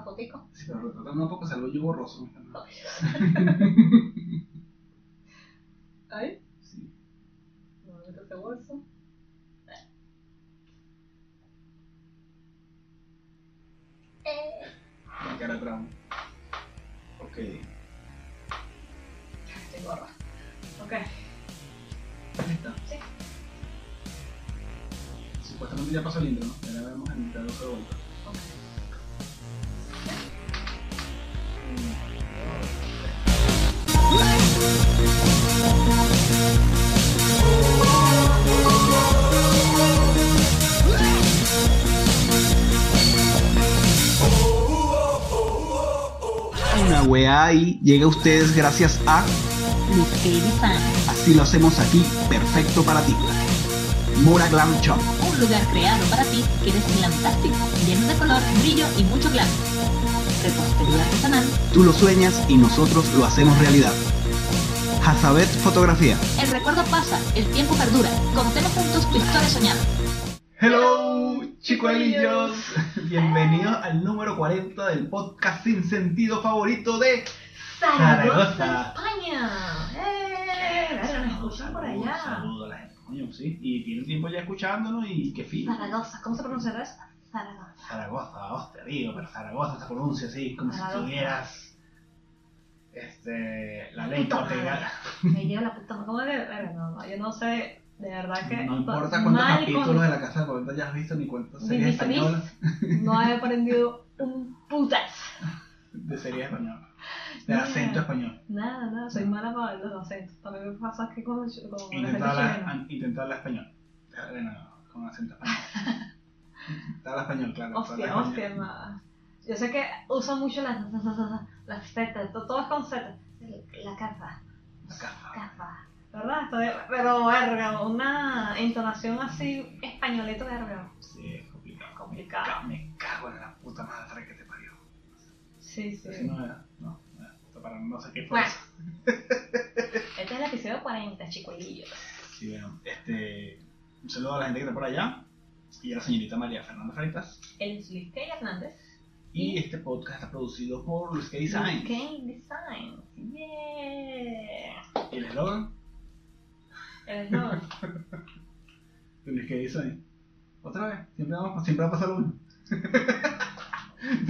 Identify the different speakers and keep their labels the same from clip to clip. Speaker 1: utópico.
Speaker 2: Sí, lo retrataron un poco, salió yo borroso, mi canal.
Speaker 1: Ay,
Speaker 2: Sí.
Speaker 1: no me meto ese bolso. Eh,
Speaker 2: La cara tramo. Ok. Ahí
Speaker 1: estoy gorda. Ok,
Speaker 2: está.
Speaker 1: Sí.
Speaker 2: Supuestamente ya pasó el intro, ¿no? Ya la vemos en mitad de otra vuelta.
Speaker 1: ok.
Speaker 3: Una weá ahí llega a ustedes gracias a
Speaker 4: Luxury Fan,
Speaker 3: Así lo hacemos aquí, perfecto para ti. Mora Glam Shop.
Speaker 4: un lugar creado para ti que eres fantástico, lleno de color, brillo y mucho glam. Repostería artesanal,
Speaker 3: Tú lo sueñas y nosotros lo hacemos realidad. Hazabet Fotografía.
Speaker 4: el recuerdo pasa, el tiempo perdura. Contemos juntos tu historia soñada.
Speaker 2: Hello, chicuelillos. Bienvenidos al número 40 del podcast sin sentido favorito de Zaragoza.
Speaker 1: España. ¡Eh! Claro, nos escuchan por
Speaker 2: Saludos,
Speaker 1: allá.
Speaker 2: saludos a la gente, coño, sí. Y tiene tiempo ya escuchándonos y qué fin.
Speaker 1: Zaragoza, ¿cómo se pronunciará eso? Zaragoza.
Speaker 2: Zaragoza, hostia, digo, pero Zaragoza se pronuncia así, como si
Speaker 1: Zaragoza.
Speaker 2: tuvieras este, la ley
Speaker 1: Puta madre.
Speaker 2: pegada.
Speaker 1: Me lleva la puta madre. ¿Cómo que? Bueno, no, no, yo no sé, de verdad que.
Speaker 2: No importa cuántos
Speaker 1: mal
Speaker 2: capítulos
Speaker 1: con-
Speaker 2: de la Casa de Papel hayas visto ni cuántas
Speaker 1: Ni
Speaker 2: series
Speaker 1: mis amis.
Speaker 2: españolas
Speaker 1: No he aprendido un putas.
Speaker 2: de series españolas, de
Speaker 1: Nada.
Speaker 2: acento español.
Speaker 1: Nada, nada, soy mala para los acentos. También me pasa que con, el- con el acento chileno.
Speaker 2: Intentar hablar, intentar hablar español. Bueno, no, con acento español. Intentar hablar español, claro.
Speaker 1: Hostia,
Speaker 2: hablar
Speaker 1: hostia,
Speaker 2: español.
Speaker 1: ma. Yo sé que uso mucho las las zetas, to- todo es con zetas. La casa,
Speaker 2: La Casa.
Speaker 1: casa. ¿Verdad? Estoy- pero verga, una entonación así españolito verga.
Speaker 2: Sí, es complicado.
Speaker 1: Complicado.
Speaker 2: Me ca- Me cago en la puta madre que te parió.
Speaker 1: Sí,
Speaker 2: Así
Speaker 1: sí.
Speaker 2: no era. No, no era. Puta, Para no sé qué fue
Speaker 1: Bueno,
Speaker 2: eso.
Speaker 1: este es el episodio 40, chicuelillos.
Speaker 2: Sí, bueno, este, un saludo a la gente que está por allá y a la señorita María Fernanda Freitas.
Speaker 1: El es Luis K. Hernández.
Speaker 2: Y este podcast está producido por Luis K
Speaker 1: Luis
Speaker 2: Design.
Speaker 1: K. Design. Yeah.
Speaker 2: ¿Y el eslogan?
Speaker 1: El eslogan.
Speaker 2: de Luis K Design. Otra vez, siempre, vamos, siempre va a pasar uno.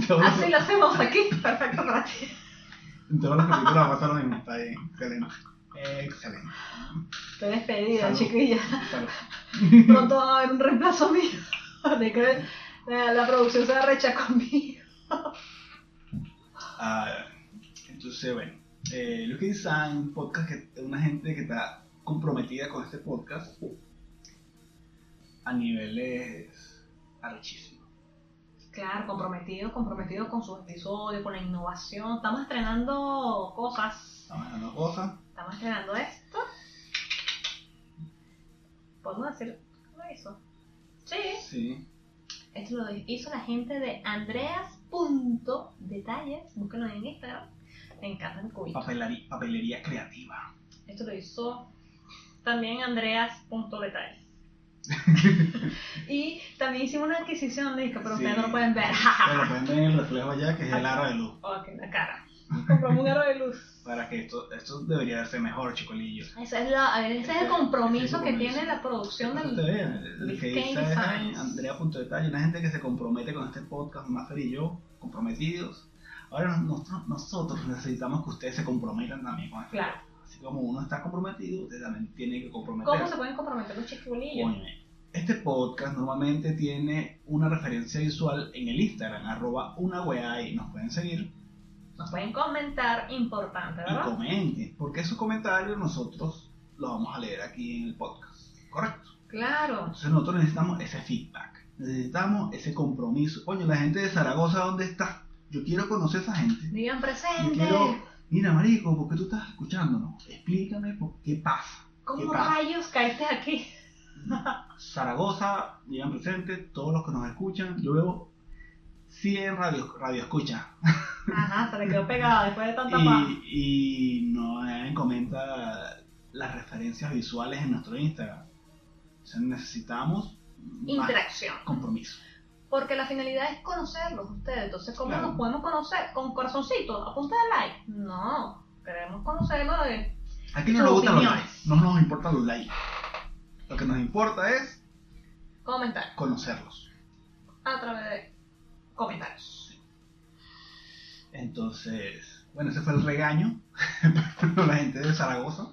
Speaker 2: Todos los-
Speaker 1: Así Ah, lo hacemos aquí. Perfecto para ti.
Speaker 2: en todos los capítulos va a pasar lo mismo. Está bien, excelente. Excelente.
Speaker 1: Estoy despedida,
Speaker 2: Salud.
Speaker 1: chiquilla.
Speaker 2: Claro.
Speaker 1: Pronto va a haber un reemplazo mío. De que la, la producción se arrecha conmigo.
Speaker 2: Ah, entonces, bueno, eh, Luis K Design, un podcast que una gente que está comprometida con este podcast a niveles arrechísimos.
Speaker 1: Claro, comprometidos, comprometidos con sus episodios, con la innovación. Estamos estrenando cosas.
Speaker 2: Estamos hablando cosas.
Speaker 1: Estamos estrenando esto. ¿Podemos decir lo hizo? Sí.
Speaker 2: Sí.
Speaker 1: Esto lo hizo la gente de Andreas.detalles. Búsquenlo en Instagram. Me encanta el cubito.
Speaker 2: Papelari- papelería creativa.
Speaker 1: Esto lo hizo también Andreas.detalles. y también hicimos una adquisición de disco, pero ustedes
Speaker 2: Sí.
Speaker 1: no lo pueden ver.
Speaker 2: Pero pueden ver el reflejo allá, que es el aro de luz.
Speaker 1: ok, la cara. Compramos un aro de luz.
Speaker 2: Para que esto, esto debería verse mejor, chicolillos.
Speaker 1: Ese es, la- a ver, ese es el compromiso que
Speaker 2: compromiso.
Speaker 1: tiene la producción
Speaker 2: Eso
Speaker 1: del.
Speaker 2: te vean, el que
Speaker 1: Biscayne
Speaker 2: dice
Speaker 1: Designs.
Speaker 2: Andrea.detalle, una gente que se compromete con este podcast, Maffer y yo, comprometidos. Ahora nos- nos- nosotros necesitamos que ustedes se comprometan también con esto.
Speaker 1: Claro.
Speaker 2: Así como uno está comprometido, usted también tiene que comprometerse.
Speaker 1: ¿Cómo se pueden comprometer los chiquillos?
Speaker 2: Óyeme, Este podcast normalmente tiene una referencia visual en el Instagram, arroba una weá y nos pueden seguir
Speaker 1: Nos pueden comentar, importante,
Speaker 2: y
Speaker 1: ¿verdad?
Speaker 2: comenten, porque esos comentarios nosotros los vamos a leer aquí en el podcast, ¿correcto?
Speaker 1: Claro.
Speaker 2: Entonces nosotros necesitamos ese feedback, necesitamos ese compromiso. Coño, la gente de Zaragoza, ¿dónde está? Yo quiero conocer a esa gente.
Speaker 1: Digan
Speaker 2: Yo
Speaker 1: presente.
Speaker 2: quiero, mira, Marico, ¿por qué tú estás escuchándonos? Explícame por qué pasa. ¿Qué
Speaker 1: ¿Cómo
Speaker 2: pasa?
Speaker 1: rayos caíste aquí?
Speaker 2: Zaragoza, digan presente, todos los que nos escuchan. Yo veo 100 radio, radio escucha
Speaker 1: Ajá, se le quedó pegada después de tanta paja.
Speaker 2: y, y nos eh, comenta las referencias visuales en nuestro Instagram. O sea, necesitamos más
Speaker 1: Interacción.
Speaker 2: compromiso.
Speaker 1: Porque la finalidad es conocerlos ustedes. Entonces, ¿cómo
Speaker 2: Claro.
Speaker 1: nos podemos conocer? ¿Con corazoncitos? ¿A punta de like? No. Queremos conocerlos de...
Speaker 2: Aquí no
Speaker 1: Sus
Speaker 2: nos gustan los likes,
Speaker 1: opiniones.
Speaker 2: no nos importan los likes. Lo que nos importa es
Speaker 1: comentar
Speaker 2: conocerlos.
Speaker 1: a través de comentarios.
Speaker 2: Entonces, bueno, ese fue el regaño para la gente de Zaragoza.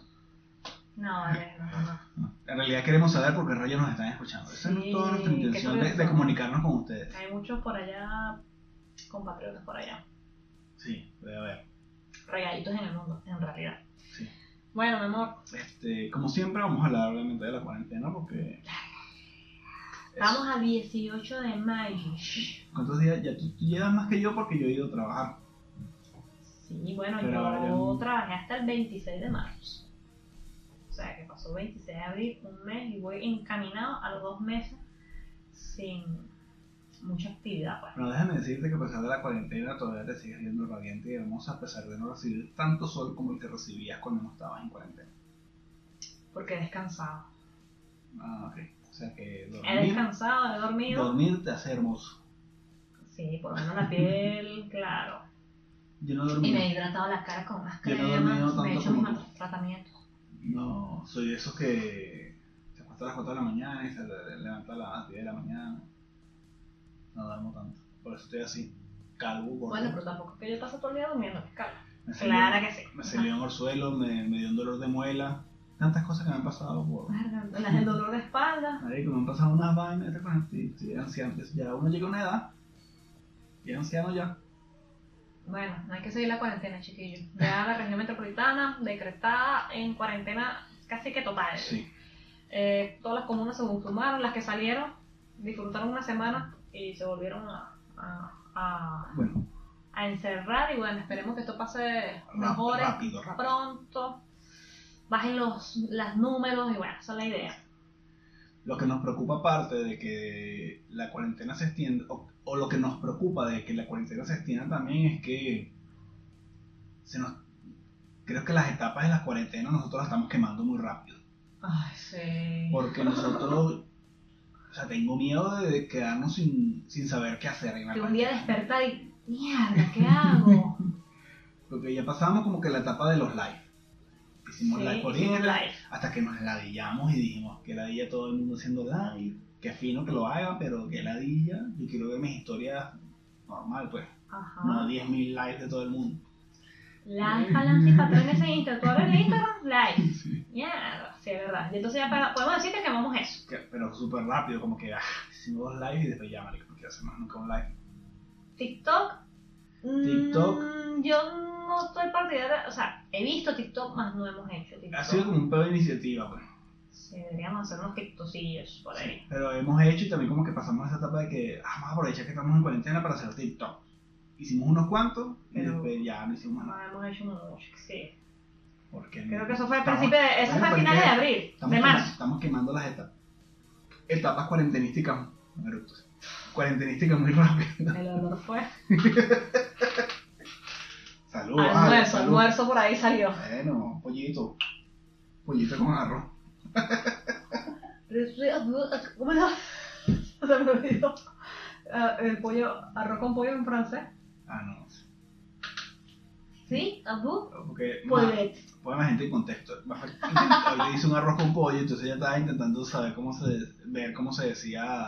Speaker 1: No, vale, no, no, no.
Speaker 2: En realidad queremos saber por qué rayos nos están escuchando. Esa
Speaker 1: Sí,
Speaker 2: es toda nuestra
Speaker 1: qué
Speaker 2: intención de, de
Speaker 1: curioso.
Speaker 2: comunicarnos con ustedes.
Speaker 1: Hay muchos por allá, compatriotas por allá,
Speaker 2: Sí, voy a ver.
Speaker 1: regaditos en el mundo, en realidad.
Speaker 2: Sí.
Speaker 1: Bueno, mi amor,
Speaker 2: Este, como siempre, vamos a hablar obviamente de la cuarentena porque.
Speaker 1: estamos a 18 de mayo.
Speaker 2: ¿Cuántos días? Ya tú, tú llevas más que yo porque yo he ido a trabajar.
Speaker 1: Sí, bueno,
Speaker 2: Pero em,
Speaker 1: yo
Speaker 2: ya-
Speaker 1: trabajé hasta el 26 de marzo. O sea, que pasó 26 de abril, un mes, y voy encaminado a los dos meses sin mucha actividad. Pues.
Speaker 2: Bueno, déjame decirte que a pesar de la cuarentena todavía te sigues viendo radiante y hermosa a pesar de no recibir tanto sol como el que recibías cuando no estabas en cuarentena.
Speaker 1: Porque he descansado.
Speaker 2: Ah, ok. O sea que
Speaker 1: He
Speaker 2: dormir,
Speaker 1: descansado, he dormido.
Speaker 2: dormir te hace hermoso.
Speaker 1: Sí, por lo menos la piel, claro.
Speaker 2: Yo no
Speaker 1: Y me he
Speaker 2: dormí.
Speaker 1: hidratado la cara con unas
Speaker 2: Yo no he
Speaker 1: cremas,
Speaker 2: dormido
Speaker 1: me he
Speaker 2: tanto
Speaker 1: hecho
Speaker 2: como
Speaker 1: unos tratamientos.
Speaker 2: No, soy de esos que se acuesta a las 4 de la mañana y se le- levanta a las 10 de la mañana. No duermo tanto. Por eso estoy así, calvo, gordo.
Speaker 1: Bueno, pero tampoco es que yo pase todo el día durmiendo, claro.
Speaker 2: me salió,
Speaker 1: Claro que sí.
Speaker 2: me salió en orzuelo, me, me dio un dolor de muela. Tantas cosas que me han pasado por...
Speaker 1: Gargantas, El dolor de espalda.
Speaker 2: Marico, me han pasado unas vainas, te cuento, y estoy anciano. Entonces, Ya uno llega a una edad, y es anciano ya.
Speaker 1: Bueno, no hay que seguir la cuarentena, chiquillos. Ya la región metropolitana decretada en cuarentena casi que total.
Speaker 2: Sí.
Speaker 1: Eh, todas las comunas se consumaron, las que salieron disfrutaron una semana y se volvieron a, a, a-
Speaker 2: Bueno,
Speaker 1: a encerrar. Y bueno, esperemos que esto pase
Speaker 2: ra-
Speaker 1: mejor
Speaker 2: rápido, rápido.
Speaker 1: pronto. Bajen los las números y bueno, esa es la idea.
Speaker 2: Lo que nos preocupa aparte de que la cuarentena se extienda, o, o lo que nos preocupa de que la cuarentena se extienda también es que se nos, creo que las etapas de la cuarentena nosotros las estamos quemando muy rápido.
Speaker 1: Ay, sí.
Speaker 2: Porque nosotros, o sea, tengo miedo de quedarnos sin, sin saber qué hacer en la
Speaker 1: Que un día
Speaker 2: cuarentena.
Speaker 1: despertar y, mierda, ¿qué hago?
Speaker 2: Porque ya pasamos como que la etapa de los live. Hicimos
Speaker 1: Sí,
Speaker 2: live por
Speaker 1: hicimos
Speaker 2: Instagram,
Speaker 1: live.
Speaker 2: hasta que nos ladillamos y dijimos que ladilla todo el mundo haciendo live, que fino que lo haga, pero que ladilla, yo quiero ver mis historias normal, pues,
Speaker 1: Ajá.
Speaker 2: no 10.000 likes de todo el mundo.
Speaker 1: Lanza, lanza y patrón ese Instagram. Tú abres el Instagram, live. Mierda, sí, es verdad. Y entonces ya para- podemos decir que quemamos eso.
Speaker 2: Que- pero súper rápido, como que ah, hicimos dos lives y después ya, marico, no quiero hacer más nunca un live.
Speaker 1: TikTok. mm,
Speaker 2: TikTok.
Speaker 1: yo no estoy partidaria. O sea, he visto TikTok, más no hemos hecho TikTok.
Speaker 2: Ha sido como un pedo de iniciativa, pues.
Speaker 1: Sí, deberíamos hacer unos TikTokillos por ahí.
Speaker 2: Pero hemos hecho y también como que pasamos esa etapa de que, ah, vamos a aprovechar que estamos en cuarentena para hacer TikTok. Hicimos unos cuantos y
Speaker 1: Pero-
Speaker 2: después ya no hicimos nada.
Speaker 1: No hemos hecho mucho, sí.
Speaker 2: Porque
Speaker 1: Creo que eso fue al
Speaker 2: estamos-
Speaker 1: principio de. Eso fue
Speaker 2: estamos
Speaker 1: a finales de abril,
Speaker 2: Estamos,
Speaker 1: de
Speaker 2: quema-
Speaker 1: marzo.
Speaker 2: estamos quemando las etapas. Etapas cuarentenísticas. Brutos. Cuarentenísticas muy rápido.
Speaker 1: El olor fue.
Speaker 2: Salud. ah,
Speaker 1: Almuerzo,
Speaker 2: salud.
Speaker 1: almuerzo por ahí salió.
Speaker 2: Bueno, pollito. Pollito con arroz.
Speaker 1: ¿Cómo era? Se me olvidó. Ah, el pollo, arroz con pollo en francés.
Speaker 2: Ah, no.
Speaker 1: Sí, Pues, arroz.
Speaker 2: Porque ma-
Speaker 1: Pollet.
Speaker 2: pon a la gente en contexto. Hoy le hice un arroz con pollo, entonces ella estaba intentando saber cómo se, ver cómo se decía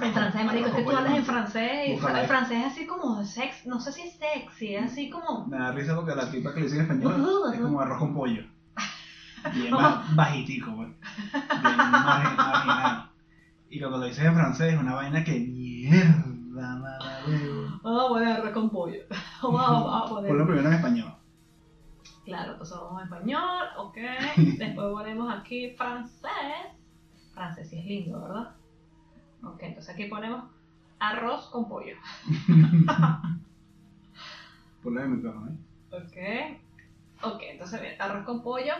Speaker 1: En
Speaker 2: con-
Speaker 1: francés, marico, es que
Speaker 2: arroz con
Speaker 1: tú
Speaker 2: pollo
Speaker 1: hablas en
Speaker 2: francés.
Speaker 1: francés y
Speaker 2: Búscala
Speaker 1: el
Speaker 2: ahí.
Speaker 1: francés es así como sex, no sé si es sexy, es así como
Speaker 2: Me da risa porque la tipa que le dice en español
Speaker 1: Ujú,
Speaker 2: es
Speaker 1: ujú.
Speaker 2: como arroz con pollo. Bien ba- bajitico, güey. Bien margin- marginal. Y cuando lo dices en francés es una vaina que mierda, mamadero.
Speaker 1: vamos a poner arroz Ah, con pollo. Vamos a, vamos a
Speaker 2: Ponlo
Speaker 1: poner.
Speaker 2: primero en español.
Speaker 1: Claro, entonces vamos a español, ok. Después ponemos aquí francés. Francés sí es lindo, ¿verdad? Ok, entonces aquí ponemos arroz con pollo.
Speaker 2: Ponlo en el micrófono, ¿eh?
Speaker 1: Ok. Ok, entonces bien, arroz con pollo.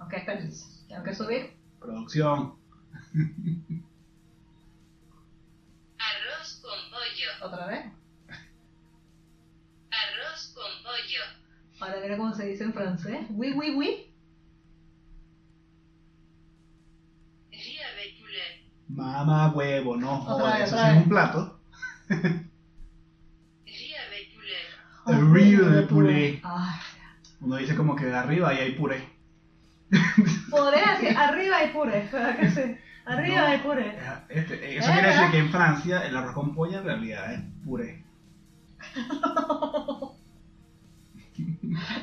Speaker 1: Ok, está listo. Tengo que subir.
Speaker 2: Producción.
Speaker 5: Arroz con pollo.
Speaker 1: Otra vez.
Speaker 5: Arroz con pollo.
Speaker 1: Ahora mira cómo se dice en francés. Oui, oui, oui.
Speaker 5: Riz avec poulet.
Speaker 2: Madre Mamá huevo, no
Speaker 1: Otra
Speaker 2: jodas,
Speaker 1: vez,
Speaker 2: eso
Speaker 1: otra
Speaker 2: sí es
Speaker 1: vez.
Speaker 2: un plato.
Speaker 5: Ríame, culero.
Speaker 2: Arriba de puré.
Speaker 1: Ay.
Speaker 2: Uno dice como que de arriba y hay puré.
Speaker 1: Podría decir arriba hay puré, ¿verdad que sí? Arriba
Speaker 2: No.
Speaker 1: hay puré.
Speaker 2: Eh, Este, eh, eso
Speaker 1: Eh,
Speaker 2: quiere decir
Speaker 1: ¿verdad?
Speaker 2: que en Francia el arroz con polla en realidad es puré.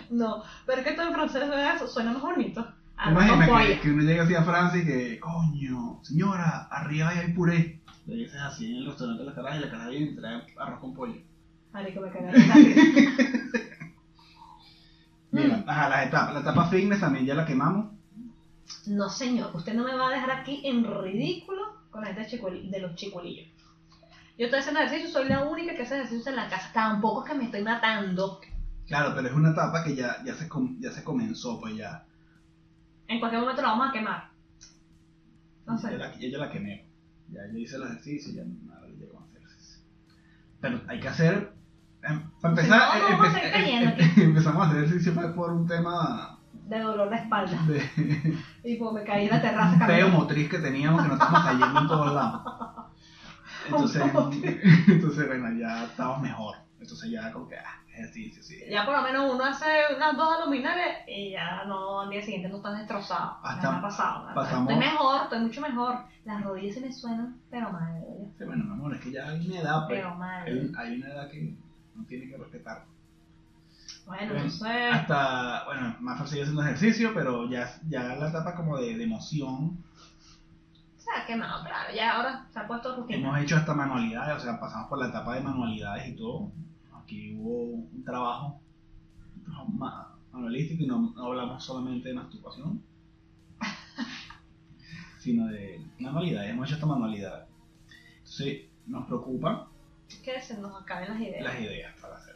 Speaker 1: No, pero es que todo en francés ¿verdad? suena más bonito. Ah,
Speaker 2: ¿Te
Speaker 1: Arroz con
Speaker 2: imaginas que,
Speaker 1: polla.
Speaker 2: que uno llega así a Francia y que, coño, señora, arriba hay puré? Lo dices así en el restaurante de la caraja y la caraja viene y te trae arroz con pollo.
Speaker 1: Marico, me cagaste la risa.
Speaker 2: Mira,
Speaker 1: Mm.
Speaker 2: ajá, las etapas. La etapa fitness también ya la quemamos.
Speaker 1: Mm, No, señor, usted no me va a dejar aquí en ridículo con la gente de chicoli- de los chicolillos. Yo estoy haciendo ejercicio, soy la única que hace ejercicio en la casa. Tampoco es que me estoy matando.
Speaker 2: Claro, pero es una etapa que ya, ya, se, com- ya se comenzó, pues ya.
Speaker 1: En cualquier momento la vamos a quemar. No sé.
Speaker 2: Yo la, yo ya la quemé. Ya yo hice los ejercicios, ya nada, yo llego a hacer ejercicio. Pero hay que hacer. em, para
Speaker 1: Si
Speaker 2: empezar,
Speaker 1: no, no vamos a seguir cayendo aquí.
Speaker 2: empezamos a hacer ejercicio fue por un tema
Speaker 1: De dolor de espalda.
Speaker 2: de
Speaker 1: Y como me caí en la terraza
Speaker 2: un peo
Speaker 1: caminando.
Speaker 2: motriz que teníamos que nos estábamos cayendo en todos lados. Entonces,
Speaker 1: Un peo motriz.
Speaker 2: entonces bueno, ya estábamos mejor. Entonces ya como que, ah, ejercicio, sí.
Speaker 1: Ya por lo menos uno hace unas dos abdominales y ya no, al día siguiente no estás destrozado.
Speaker 2: Hasta-
Speaker 1: ya me ha pasado. ¿verdad?
Speaker 2: pasamos-
Speaker 1: Estoy mejor, estoy mucho mejor. Las rodillas se me suenan, pero mal. ¿verdad?
Speaker 2: Sí, bueno, mi amor, es que ya hay una edad, pues.
Speaker 1: Pero
Speaker 2: Hay,
Speaker 1: mal.
Speaker 2: hay una edad que no tiene que respetar.
Speaker 1: Bueno,
Speaker 2: Bueno,
Speaker 1: no sé.
Speaker 2: ah. hasta, bueno, más fácil haciendo ejercicio, pero ya, ya la etapa como de, de emoción,
Speaker 1: Se ha quemado, claro. Ya ahora se ha puesto rutina.
Speaker 2: hemos hecho hasta manualidades, o sea, pasamos por la etapa de manualidades y todo. Aquí hubo un trabajo, un trabajo ma- manualístico y no, no hablamos solamente de masturbación, sino de manualidades, hemos hecho hasta manualidades. Entonces, nos preocupan
Speaker 1: Que se nos acaben las ideas.
Speaker 2: las ideas para hacer.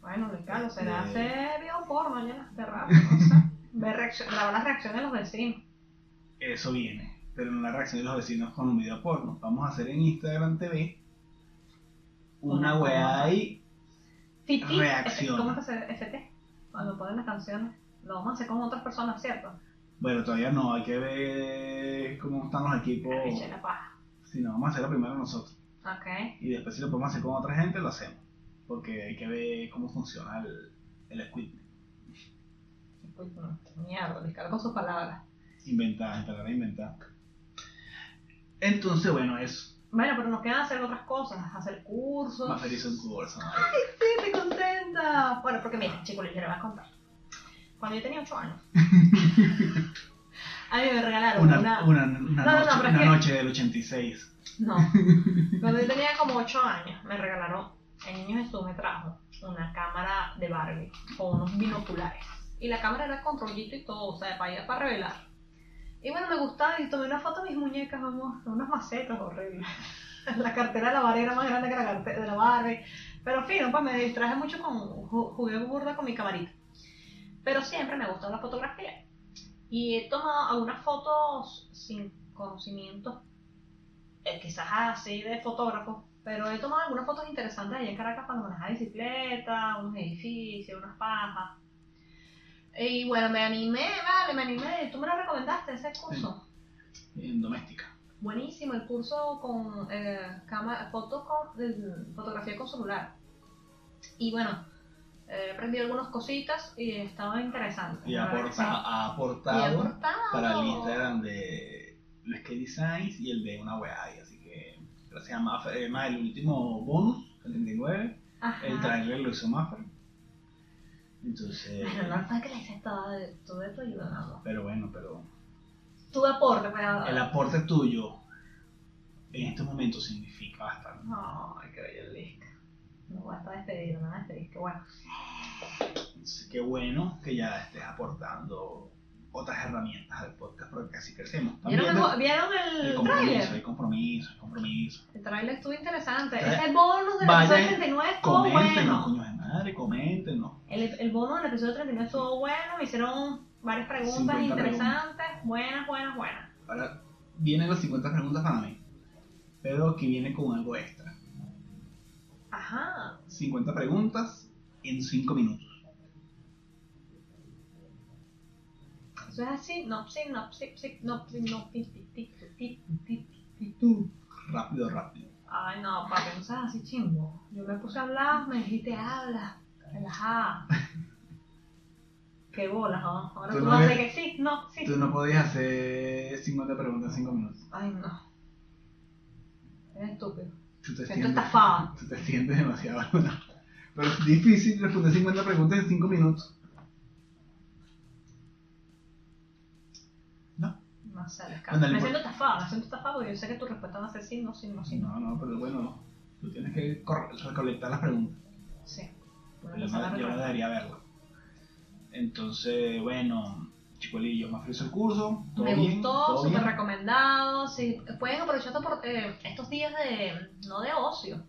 Speaker 1: Bueno, Ricardo, será
Speaker 2: Eh.
Speaker 1: hacer bioporno ya en las terrazas. No sé. Ver reaccio- grabar las reacciones de los vecinos.
Speaker 2: Eso viene, pero no la reacción de los vecinos con un video porno. Vamos a hacer en Instagram TV una
Speaker 1: Una
Speaker 2: weá
Speaker 1: cosa.
Speaker 2: ahí.
Speaker 1: Fiti,
Speaker 2: Reacciona.
Speaker 1: este, ¿cómo es que se FT? Cuando ponen las canciones. Lo vamos a hacer con otras personas, ¿cierto?
Speaker 2: Oh. Bueno, todavía no, hay que ver cómo están los equipos.
Speaker 1: La leche, la paja.
Speaker 2: Si no, vamos a hacerlo primero nosotros.
Speaker 1: Ok.
Speaker 2: Y después si lo podemos hacer con otra gente, lo hacemos. Porque hay que ver cómo funciona el, el equipment.
Speaker 1: Uy, no, Mierda, descargo sus palabras.
Speaker 2: Inventar, empezar a inventar. Entonces, bueno, eso.
Speaker 1: Bueno, pero nos quedan hacer otras cosas, hacer cursos.
Speaker 2: Más feliz un curso. ¿no?
Speaker 1: Sí, estoy contenta. Bueno, porque mira, chicos, les voy a contar. Cuando yo tenía 8 años, a mí me regalaron
Speaker 2: Una,
Speaker 1: una.
Speaker 2: una, una
Speaker 1: No, no, no,
Speaker 2: noche,
Speaker 1: pero es
Speaker 2: una
Speaker 1: que-
Speaker 2: noche del 86.
Speaker 1: No. Cuando yo tenía como 8 años, me regalaron, el niño Jesús me trajo una cámara de Barbie con unos binoculares. Y la cámara era con rollito y todo, o sea, para ir para revelar. Y bueno, me gustaba y tomé una foto de mis muñecas, vamos, unas macetas horribles. La cartera de la Barbie era más grande que la cartera de la Barbie. Pero fino, pues me distraje mucho con, ju- jugué burda con mi camarita. Pero siempre me gustó la fotografía. Y he tomado algunas fotos sin conocimientos eh, quizás así de fotógrafo, pero he tomado algunas fotos interesantes allá en Caracas cuando manejaba bicicleta, unos edificios, unas pajas. Y bueno, me animé, vale, me animé. Tú me lo recomendaste ese curso.
Speaker 2: En doméstica.
Speaker 1: Buenísimo, el curso con eh, cama- foto con, eh, fotografía con celular. Y bueno, eh, aprendí algunas cositas y estaba interesante.
Speaker 2: Y
Speaker 1: la verdad que
Speaker 2: aporta,
Speaker 1: Ah, sí.
Speaker 2: ha
Speaker 1: Y
Speaker 2: aportado
Speaker 1: aportado.
Speaker 2: para el Instagram de Luis K. Designs y el de una weá ahí. Así que gracias a Maffer. eh, más el último bonus, el 39,
Speaker 1: Ajá.
Speaker 2: el trailer lo hizo Maffer. Entonces,
Speaker 1: Bueno, no fue que le hice todo, de- todo de tu ayuda, mi amor.
Speaker 2: pero bueno, pero
Speaker 1: tu aporte pues, para
Speaker 2: el aporte tuyo en estos momentos significa bastante.
Speaker 1: no qué bello Lick no voy a estar despedido no me voy a despedir qué bueno
Speaker 2: Entonces, qué bueno que ya estés aportando otras herramientas al podcast porque así crecemos.
Speaker 1: ¿vieron,
Speaker 2: También
Speaker 1: el,
Speaker 2: ¿no?
Speaker 1: bo- ¿vieron
Speaker 2: el
Speaker 1: el
Speaker 2: compromiso,
Speaker 1: tráiler?
Speaker 2: el compromiso, el compromiso.
Speaker 1: el tráiler estuvo interesante
Speaker 2: Tra-
Speaker 1: ese bonus del
Speaker 2: Vayan,
Speaker 1: episodio 39 estuvo
Speaker 2: Coméntenos,
Speaker 1: bueno
Speaker 2: coño de madre, coméntenos.
Speaker 1: el, el bonus del episodio 39 estuvo bueno me hicieron varias preguntas
Speaker 2: 50
Speaker 1: interesantes buenas buenas buenas
Speaker 2: Ahora vienen las 50 preguntas para mí, pero que viene con algo extra.
Speaker 1: ajá
Speaker 2: 50 preguntas en 5 minutos.
Speaker 1: eso es así no sí no sí sí no sí no sí sí sí sí sí, sí, sí, ¿Y tú?
Speaker 2: Rápido, rápido.
Speaker 1: Ay, no, papi, no seas así chimbo. Yo me puse a hablar, me dijiste, habla, relajada. Qué bolas, ¿no? Ahora
Speaker 2: Tú
Speaker 1: tú
Speaker 2: no
Speaker 1: vas a
Speaker 2: ves-
Speaker 1: que sí, no, sí.
Speaker 2: Tú no podías hacer 50 preguntas en 5 minutos.
Speaker 1: Ay, no. Eres estúpido.
Speaker 2: Tú te
Speaker 1: Siento
Speaker 2: sientes.
Speaker 1: estafada.
Speaker 2: Tú te sientes demasiado. Pero es difícil responder 50 preguntas en 5 minutos.
Speaker 1: No sé, les
Speaker 2: Ándale,
Speaker 1: Me
Speaker 2: pues.
Speaker 1: siento estafada, me siento estafada porque yo sé que tu respuesta va a ser sí, no, sí, no, sí, no.
Speaker 2: No, no, pero bueno, tú tienes que corre- recolectar las preguntas.
Speaker 1: Sí. Voy a
Speaker 2: Yo
Speaker 1: empezar a
Speaker 2: me- yo me
Speaker 1: recordar.
Speaker 2: debería verlo. Entonces, bueno, chicuelillo, me ofreció el curso. ¿Todo
Speaker 1: Me
Speaker 2: bien?
Speaker 1: gustó,
Speaker 2: ¿Todo bien?
Speaker 1: súper recomendado. Si pueden aprovechar estos por- eh, estos días de, no de ocio,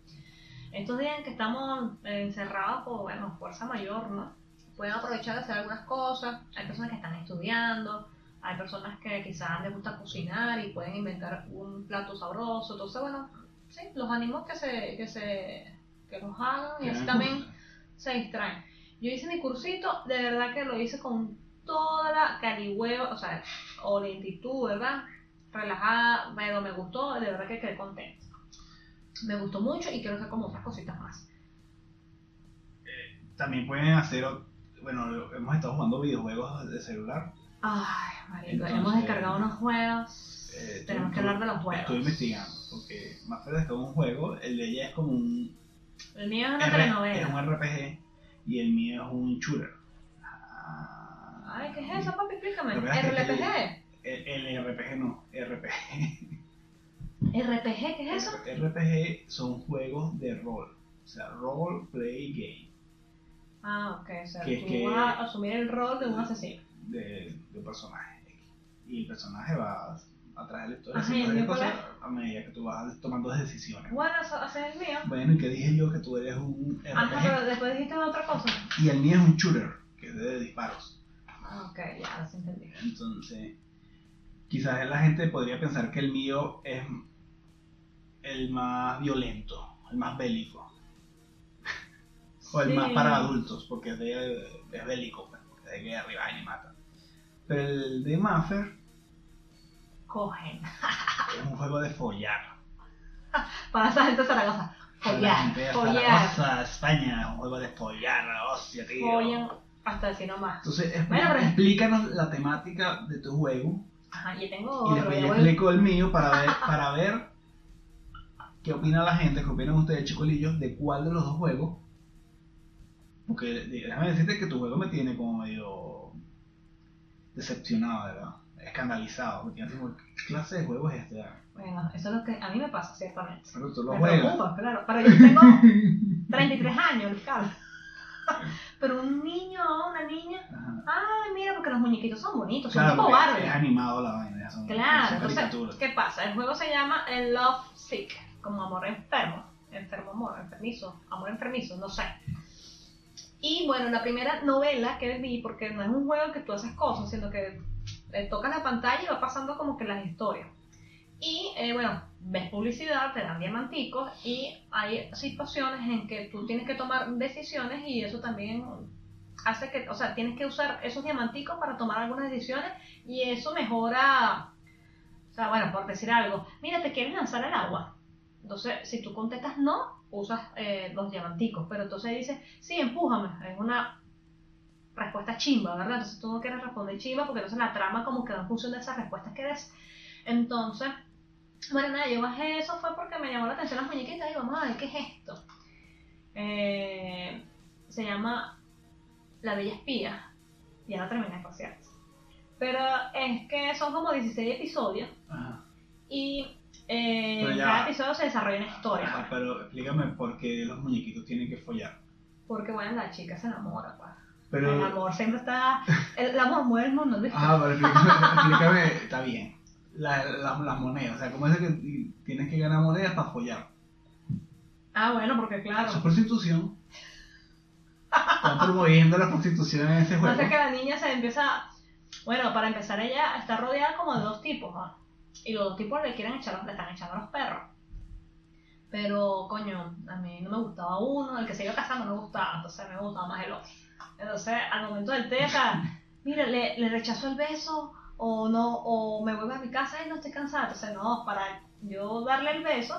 Speaker 1: estos días en que estamos eh, encerrados por, bueno, fuerza mayor, ¿no? Pueden aprovechar de hacer algunas cosas. Hay personas que están estudiando, hay personas que quizás les gusta cocinar y pueden inventar un plato sabroso. Entonces, bueno, sí, los animo que se, que se, que los hagan y así
Speaker 2: Tienen
Speaker 1: también
Speaker 2: curso.
Speaker 1: se distraen. Yo hice mi cursito, de verdad que lo hice con toda la carihueo, o sea, orientitud, ¿verdad? Relajada, pero me gustó, de verdad que quedé contenta. Me gustó mucho y quiero hacer como otras cositas más.
Speaker 2: También pueden hacer, ot- bueno, hemos estado jugando videojuegos de celular.
Speaker 1: Ay, marico,
Speaker 2: Entonces,
Speaker 1: hemos descargado unos juegos.
Speaker 2: eh,
Speaker 1: Tenemos
Speaker 2: tú-
Speaker 1: que hablar de los juegos.
Speaker 2: Estoy investigando, porque más tarde es como un juego, el de ella es como un,
Speaker 1: El mío es una
Speaker 2: R- es
Speaker 1: telenovela.
Speaker 2: un RPG y el mío es un shooter. Ah,
Speaker 1: Ay, ¿qué es eso, papi? Explícame.
Speaker 2: Lo que pasa es que
Speaker 1: ¿RPG?
Speaker 2: El, el RPG no, RPG.
Speaker 1: ¿RPG? ¿Qué es eso?
Speaker 2: RPG son juegos de rol, o sea, role play game.
Speaker 1: Ah, ok, o sea,
Speaker 2: Que-
Speaker 1: tú
Speaker 2: que-
Speaker 1: vas a asumir el rol de un asesino.
Speaker 2: de, de un personaje X. Y el personaje va atrás de la historia
Speaker 1: Ajá, ¿y el
Speaker 2: haciendo
Speaker 1: mío cuál
Speaker 2: cosas a medida que tú vas tomando decisiones.
Speaker 1: Bueno, eso, ese es el mío.
Speaker 2: Bueno, y que dije yo que tú eres un RPG
Speaker 1: Ajá, pero después dijiste otra cosa.
Speaker 2: y el mío es un shooter, que es de disparos.
Speaker 1: Ah, ok, ya, las entendí.
Speaker 2: Entonces, quizás la gente podría pensar que el mío es el más violento, el más bélico, o el
Speaker 1: Sí.
Speaker 2: más para adultos, porque es, de, es bélico, pues, porque es de guerra y vaina y mata. Pero el de Maffer
Speaker 1: Cogen.
Speaker 2: es un juego de follar.
Speaker 1: Para esa gente de Zaragoza.
Speaker 2: La
Speaker 1: Follar,
Speaker 2: gente de
Speaker 1: follar.
Speaker 2: Zaragoza, España, es un juego de follar, hostia, tío.
Speaker 1: Follan hasta decir nomás.
Speaker 2: Entonces, expl-
Speaker 1: Bueno, pero-
Speaker 2: explícanos la temática de tu juego
Speaker 1: Ajá, yo tengo
Speaker 2: y
Speaker 1: otro.
Speaker 2: después
Speaker 1: yo
Speaker 2: yo
Speaker 1: voy-
Speaker 2: explico el mío para ver, para ver qué opina la gente, qué opinan ustedes, chicolillos, de cuál de los dos juegos. Porque déjame decirte que tu juego me tiene como medio decepcionado, de ¿verdad? Escandalizado. Me tiene así como, ¿qué clase de juego es este? ah?
Speaker 1: Bueno, eso es lo que a mí me pasa, ciertamente.
Speaker 2: Pero tú lo
Speaker 1: me
Speaker 2: juegas.
Speaker 1: preocupa, claro. Pero yo tengo 33 años, Luis Carlos. Pero un niño o una niña.
Speaker 2: Ajá.
Speaker 1: Ay, mira, porque los muñequitos son bonitos, son
Speaker 2: Claro,
Speaker 1: tipo
Speaker 2: porque
Speaker 1: Barbie.
Speaker 2: es animado la vaina, son,
Speaker 1: Claro,
Speaker 2: son
Speaker 1: entonces,
Speaker 2: caricaturas.
Speaker 1: ¿qué pasa? El juego se llama el Love Sick, como amor enfermo, enfermo amor, enfermizo, amor enfermizo, no sé. Y bueno, la primera novela que vi, porque no es un juego en que tú haces cosas, sino que le tocas la pantalla y va pasando como que las historias. Y eh, bueno, ves publicidad, te dan diamanticos y hay situaciones en que tú tienes que tomar decisiones y eso también hace que, o sea, tienes que usar esos diamanticos para tomar algunas decisiones y eso mejora, o sea, bueno, por decir algo, mira, te quieren lanzar al agua. Entonces, si tú contestas no, usas eh, los diamanticos, pero entonces dices, sí, empújame, es una respuesta chimba, ¿verdad? Entonces tú no quieres responder chimba porque entonces la trama como que va en función de esas respuestas que des. Entonces, bueno, nada, yo bajé eso fue porque me llamó la atención las muñequitas y vamos a ver qué es esto. Eh, se llama La Bella Espía. Ya la terminé, por cierto. Pero es que son como 16 episodios
Speaker 2: Ajá.
Speaker 1: y eh,
Speaker 2: Pero ya
Speaker 1: cada
Speaker 2: va.
Speaker 1: episodio se desarrolla una
Speaker 2: Ajá,
Speaker 1: historia. pues.
Speaker 2: Pero explícame por qué los muñequitos tienen que follar.
Speaker 1: Porque bueno, la chica se enamora, pues. El
Speaker 2: Pero,
Speaker 1: amor siempre está. El amor mueve el mundo, ¿viste?
Speaker 2: ah, pero explícame, explícame, está bien. La- la- las monedas, o sea, como es que ti- tienes que ganar monedas para follar.
Speaker 1: Ah, bueno, porque claro.
Speaker 2: Eso es prostitución. Están promoviendo la prostitución en ese juego.
Speaker 1: Entonces que la niña se empieza, bueno, para empezar ella está rodeada como de dos tipos, ¿no? Y los dos tipos le quieren echar, le están echando a los perros. Pero, coño, a mí no me gustaba uno, el que se iba casando no me gustaba, entonces me gustaba más el otro. Entonces, al momento del té, o sea, mira, le, le rechazo el beso, o no, o me vuelvo a mi casa y no estoy cansada. Entonces, no, para yo darle el beso,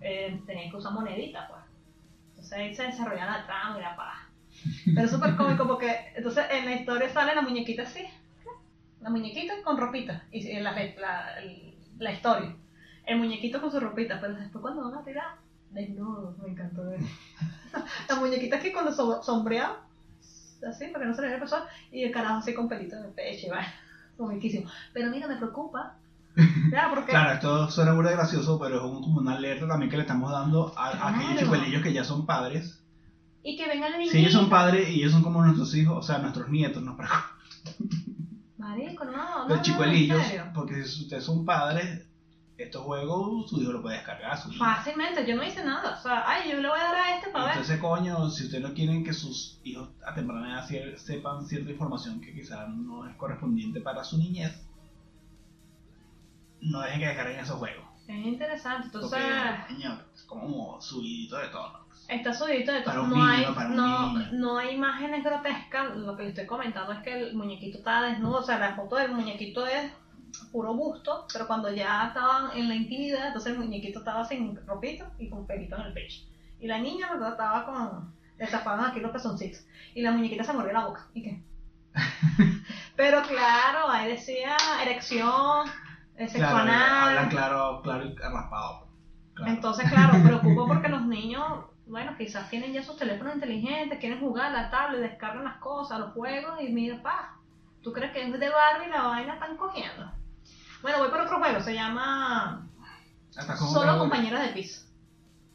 Speaker 1: eh, tenía que usar monedita, pues. Entonces ahí se desarrollaba la trama y la paja. Pero es súper cómico porque entonces en la historia sale la muñequita así, la muñequita con ropita, y y la, la, la historia. El muñequito con su ropita, pero después cuando van a tirar, desnudo, me encantó eso. la muñequita que cuando so- sombreaba, así, para que no se le vea el pezón, y el carajo así con pelito en el pecho, y va, comiquísimo. Pero mira, me preocupa, ya, porque...
Speaker 2: Claro, esto suena muy gracioso, pero es un- como una alerta también que le estamos dando a, a aquellos
Speaker 1: Claro.
Speaker 2: chicuelillos que ya son padres.
Speaker 1: Y que venga el niño.
Speaker 2: Si ellos son padres y ellos son como nuestros hijos, o sea, nuestros nietos, no para
Speaker 1: Marico, no, no,
Speaker 2: los
Speaker 1: no,
Speaker 2: chicuelillos,
Speaker 1: en serio.
Speaker 2: porque si ustedes son padres, estos juegos su hijo lo puede descargar. Su
Speaker 1: Ah, Fácilmente, yo no hice nada. O sea, ay, yo le voy a dar a este para ver.
Speaker 2: Entonces, coño, si ustedes no quieren que sus hijos a temprana edad cier- sepan cierta información que quizás no es correspondiente para su niñez, no dejen que descarguen esos juegos.
Speaker 1: Es interesante. Entonces,
Speaker 2: Porque, señor, es como subidito de tono.
Speaker 1: está subidito de
Speaker 2: Para
Speaker 1: todo.
Speaker 2: un
Speaker 1: No,
Speaker 2: niño,
Speaker 1: hay,
Speaker 2: para un
Speaker 1: no,
Speaker 2: niño.
Speaker 1: no hay imágenes grotescas. Lo que yo estoy comentando es que el muñequito estaba desnudo. O sea, la foto del muñequito es puro busto. Pero cuando ya estaban en la intimidad, entonces el muñequito estaba sin ropito y con pelito en el pecho. Y la niña me estaba con. Le tapaban aquí los pezoncitos. Y la muñequita se mordió la boca. ¿Y qué? Pero claro, ahí decía erección, eh, sexo
Speaker 2: Claro,
Speaker 1: anal.
Speaker 2: hablan claro, claro y raspado. pues. claro.
Speaker 1: Entonces, claro, preocupo porque los niños, bueno, quizás tienen ya sus teléfonos inteligentes, quieren jugar a la tablet, descargan las cosas, los juegos y mira, pa, ¿tú crees que es de Barbie la vaina están cogiendo? Bueno, voy por otro juego, se llama
Speaker 2: Hasta como
Speaker 1: Solo
Speaker 2: que-
Speaker 1: Compañeros de Piso.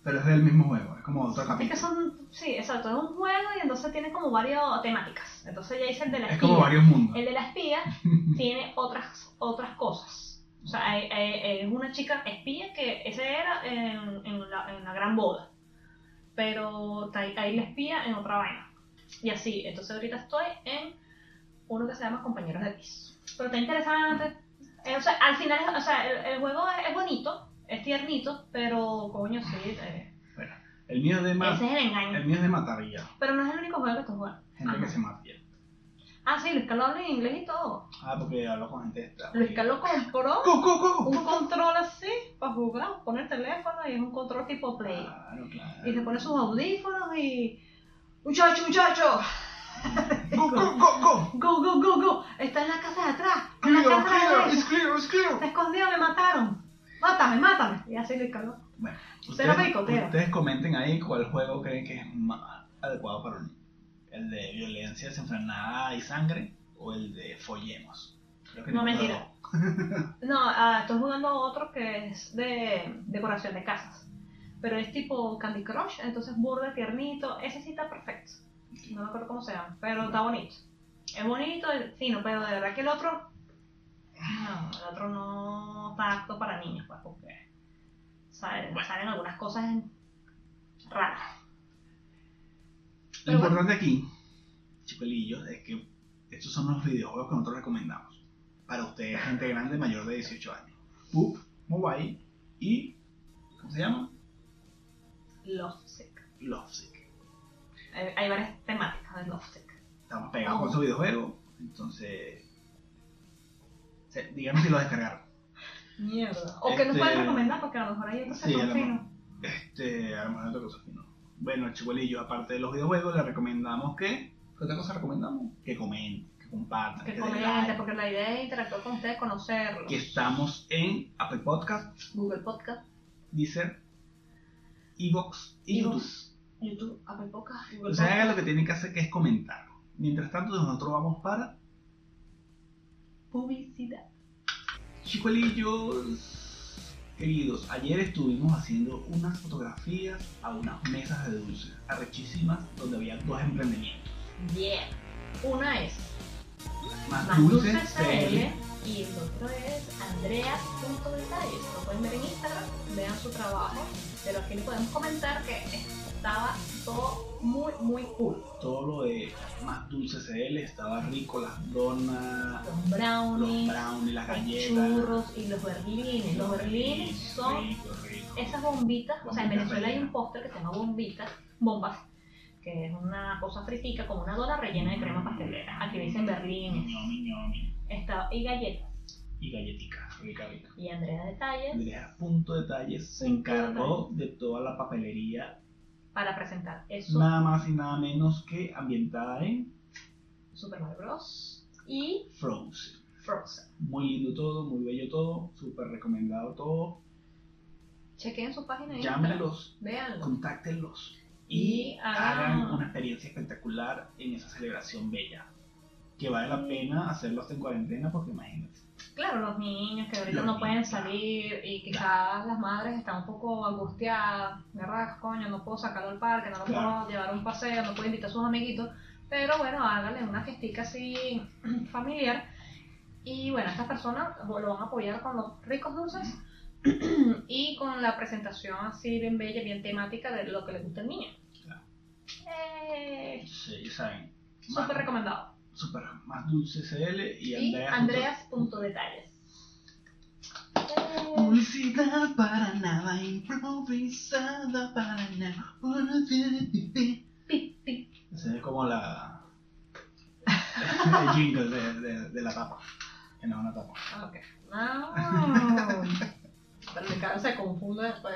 Speaker 2: Pero es del mismo juego, es como otro
Speaker 1: Es que
Speaker 2: capítulo.
Speaker 1: son, sí, exacto, es un juego y entonces tiene como varias temáticas. Entonces ya hice el de la
Speaker 2: Es como
Speaker 1: espía.
Speaker 2: varios mundos.
Speaker 1: El de la espía tiene otras, otras cosas. O sea, hay- hay- es una chica espía que ese era en, en la, en la gran boda. Pero ta- hay la espía en otra vaina. Y así, entonces ahorita estoy en uno que se llama Compañeros de Piso. Pero está interesante. Eh, o sea, al final, es- o sea, el, el juego es, es bonito, es tiernito, pero coño, sí. eh,
Speaker 2: El mío es de, ma-
Speaker 1: ese es el engaño.
Speaker 2: el mío es de matar y ya.
Speaker 1: Pero no es el único juego que tú juegas.
Speaker 2: Gente
Speaker 1: Ajá.
Speaker 2: que se mata y ya.
Speaker 1: Ah, sí, Luis Carlos habla en inglés y todo.
Speaker 2: Ah, porque hablo con gente esta.
Speaker 1: Luis Carlos compró.
Speaker 2: ¡Go, go, go!
Speaker 1: un control así para jugar, pone el teléfono y es un control tipo play.
Speaker 2: Claro, claro.
Speaker 1: Y se pone sus audífonos y. ¡Muchacho, muchacho!
Speaker 2: ¡Go, go, go, go!
Speaker 1: ¡Go, go, go, go! Está en la casa de atrás. En la
Speaker 2: ¡Clear,
Speaker 1: casa de
Speaker 2: clear!
Speaker 1: atrás.
Speaker 2: ¡It's clear, it's
Speaker 1: Está
Speaker 2: clear!
Speaker 1: escondido, me mataron. Mátame, mátame. Y así le caló.
Speaker 2: Bueno,
Speaker 1: Cero picoteo.
Speaker 2: ustedes comenten ahí cuál juego creen que es más adecuado para un niño. ¿El de violencia desenfrenada y sangre o el de follemos? Creo
Speaker 1: No,
Speaker 2: ninguno de
Speaker 1: mentira.
Speaker 2: los dos.
Speaker 1: No, ah, estoy jugando otro que es de decoración de casas. Pero es tipo Candy Crush, entonces burda, tiernito. Ese sí está perfecto. No me acuerdo cómo se llama, pero está bonito. Es bonito, es fino, pero de verdad que el otro. No, el otro no está apto para niños, pues, porque salen, salen algunas cosas raras.
Speaker 2: Lo
Speaker 1: Pero bueno.
Speaker 2: importante aquí, chicuelillos, es que estos son los videojuegos que nosotros recomendamos. Para ustedes, gente grande mayor de 18 años. PUB, Mobile y... ¿Cómo se llama?
Speaker 1: Love Sick.
Speaker 2: Love Sick.
Speaker 1: Hay, hay varias temáticas de Love Sick.
Speaker 2: Estamos pegados con
Speaker 1: Oh.
Speaker 2: esos videojuegos. Entonces... se- Díganos si los descargaron.
Speaker 1: Mierda. O que nos
Speaker 2: Este-
Speaker 1: pueden recomendar, porque a lo mejor hay otros que
Speaker 2: Sí, a
Speaker 1: son
Speaker 2: lo
Speaker 1: finos.
Speaker 2: mejor. Este, a lo mejor otra cosa no. Bueno, chicuelillos, aparte de los videojuegos, les recomendamos que... ¿Qué otra cosa recomendamos? Que comenten, que compartan,
Speaker 1: que
Speaker 2: den
Speaker 1: comente,
Speaker 2: like,
Speaker 1: porque la idea es interactuar con ustedes, conocerlos.
Speaker 2: Que estamos en Apple Podcast,
Speaker 1: Google Podcast,
Speaker 2: Deezer, Evox y
Speaker 1: Evox.
Speaker 2: YouTube.
Speaker 1: YouTube, Apple Podcast, Google
Speaker 2: Ustedes Pues hagan
Speaker 1: Podcast.
Speaker 2: lo que tienen que hacer, que es comentar. Mientras tanto, nosotros vamos para
Speaker 1: Publicidad.
Speaker 2: Chicuelillos. Queridos, ayer estuvimos haciendo unas fotografías a unas mesas de dulces arrechísimas donde había dos emprendimientos.
Speaker 1: Bien. Una es
Speaker 2: Más,
Speaker 1: Más
Speaker 2: dulces,
Speaker 1: Dulces
Speaker 2: CL.
Speaker 1: CL y el otro es Andreas.detalles. Lo pueden ver en Instagram, vean su trabajo. Pero aquí le podemos comentar que estaba todo muy, muy cool.
Speaker 2: Todo lo de más dulces CL estaba rico, las donas,
Speaker 1: Los
Speaker 2: los
Speaker 1: brownies,
Speaker 2: brownies, las
Speaker 1: los
Speaker 2: galletas.
Speaker 1: churros y los berlines. Los berlines son
Speaker 2: Rico, rico.
Speaker 1: esas bombitas, o sea, en
Speaker 2: Bombitas
Speaker 1: Venezuela hay
Speaker 2: rellenas.
Speaker 1: un postre que se llama bombitas, bombas, que es una cosa fritica como una dona rellena de crema pastelera. Aquí le dicen berlines,
Speaker 2: Ñomi, ñomi.
Speaker 1: está, y galletas.
Speaker 2: Y galletitas. explica ahorita.
Speaker 1: Y Andrea Detalles
Speaker 2: Andrea Punto Detalles se encargó de toda la papelería,
Speaker 1: para presentar eso.
Speaker 2: nada más y nada menos que ambientada en
Speaker 1: Super Mario Bros. Y
Speaker 2: Frozen.
Speaker 1: Frozen.
Speaker 2: Muy lindo todo, muy bello todo, súper recomendado todo.
Speaker 1: Chequen su página de Instagram.
Speaker 2: Llámenlos,
Speaker 1: Véanlo.
Speaker 2: contáctenlos y
Speaker 1: Y hagan-
Speaker 2: hagan una experiencia espectacular en esa celebración bella. Que vale la pena hacerlo hasta en cuarentena porque imagínate.
Speaker 1: Claro, los niños que ahorita
Speaker 2: Los
Speaker 1: no pueden
Speaker 2: niños, claro.
Speaker 1: salir y quizás las madres están un poco angustiadas, ¿verdad? Coño, no puedo sacarlo al parque, no lo
Speaker 2: Claro.
Speaker 1: puedo llevar a un paseo, no puedo invitar a sus amiguitos. Pero bueno, háganle una fiestica así familiar. Y bueno, estas personas lo van a apoyar con los ricos dulces y con la presentación así bien bella, bien temática de lo que le gusta al niño.
Speaker 2: Claro.
Speaker 1: Eh,
Speaker 2: Sí, ya saben. Más,
Speaker 1: Súper recomendado.
Speaker 2: super, más dulce CL y
Speaker 1: Y
Speaker 2: Andrea.
Speaker 1: Andreas.detalles. Eh,
Speaker 2: Publicidad para nada, improvisada para nada. Una tiene pipí.
Speaker 1: pi, pi.
Speaker 2: Ese es como la. el jingle de, de, de la tapa. Que no es una tapa.
Speaker 1: Ah, Ok. No. Pero mi cara se confunde después.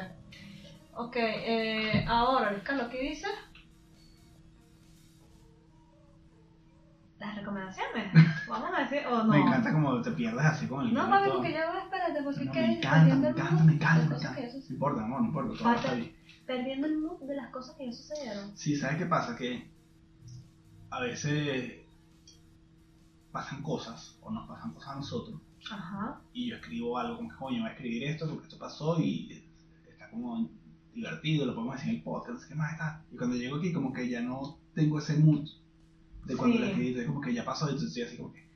Speaker 1: Ok, eh, ahora, Carlos, ¿qué dice? Las recomendaciones. Vamos a decir, o no.
Speaker 2: Me encanta como te pierdes así con el
Speaker 1: No,
Speaker 2: hilo y
Speaker 1: papi,
Speaker 2: todo.
Speaker 1: porque ya va, espérate, porque es
Speaker 2: No,
Speaker 1: que
Speaker 2: me encanta, me
Speaker 1: perdiendo el
Speaker 2: encanta,
Speaker 1: mood
Speaker 2: me encanta,
Speaker 1: de
Speaker 2: me
Speaker 1: las cosas que
Speaker 2: encanta.
Speaker 1: ya
Speaker 2: No
Speaker 1: sucedieron.
Speaker 2: importa, amor, no importa, todo está
Speaker 1: Falta-
Speaker 2: bien.
Speaker 1: Perdiendo el mood de las cosas que ya sucedieron.
Speaker 2: Sí, ¿sabes qué pasa? Que a veces pasan cosas, o nos pasan cosas a nosotros,
Speaker 1: Ajá.
Speaker 2: y yo escribo algo como que coño, voy a escribir esto porque esto pasó y está como divertido, lo podemos decir en el podcast, no sé qué más está. Y cuando llego aquí, como que ya no tengo ese mood de cuando
Speaker 1: Sí.
Speaker 2: lo escribí, entonces como que ya pasó, entonces estoy así como que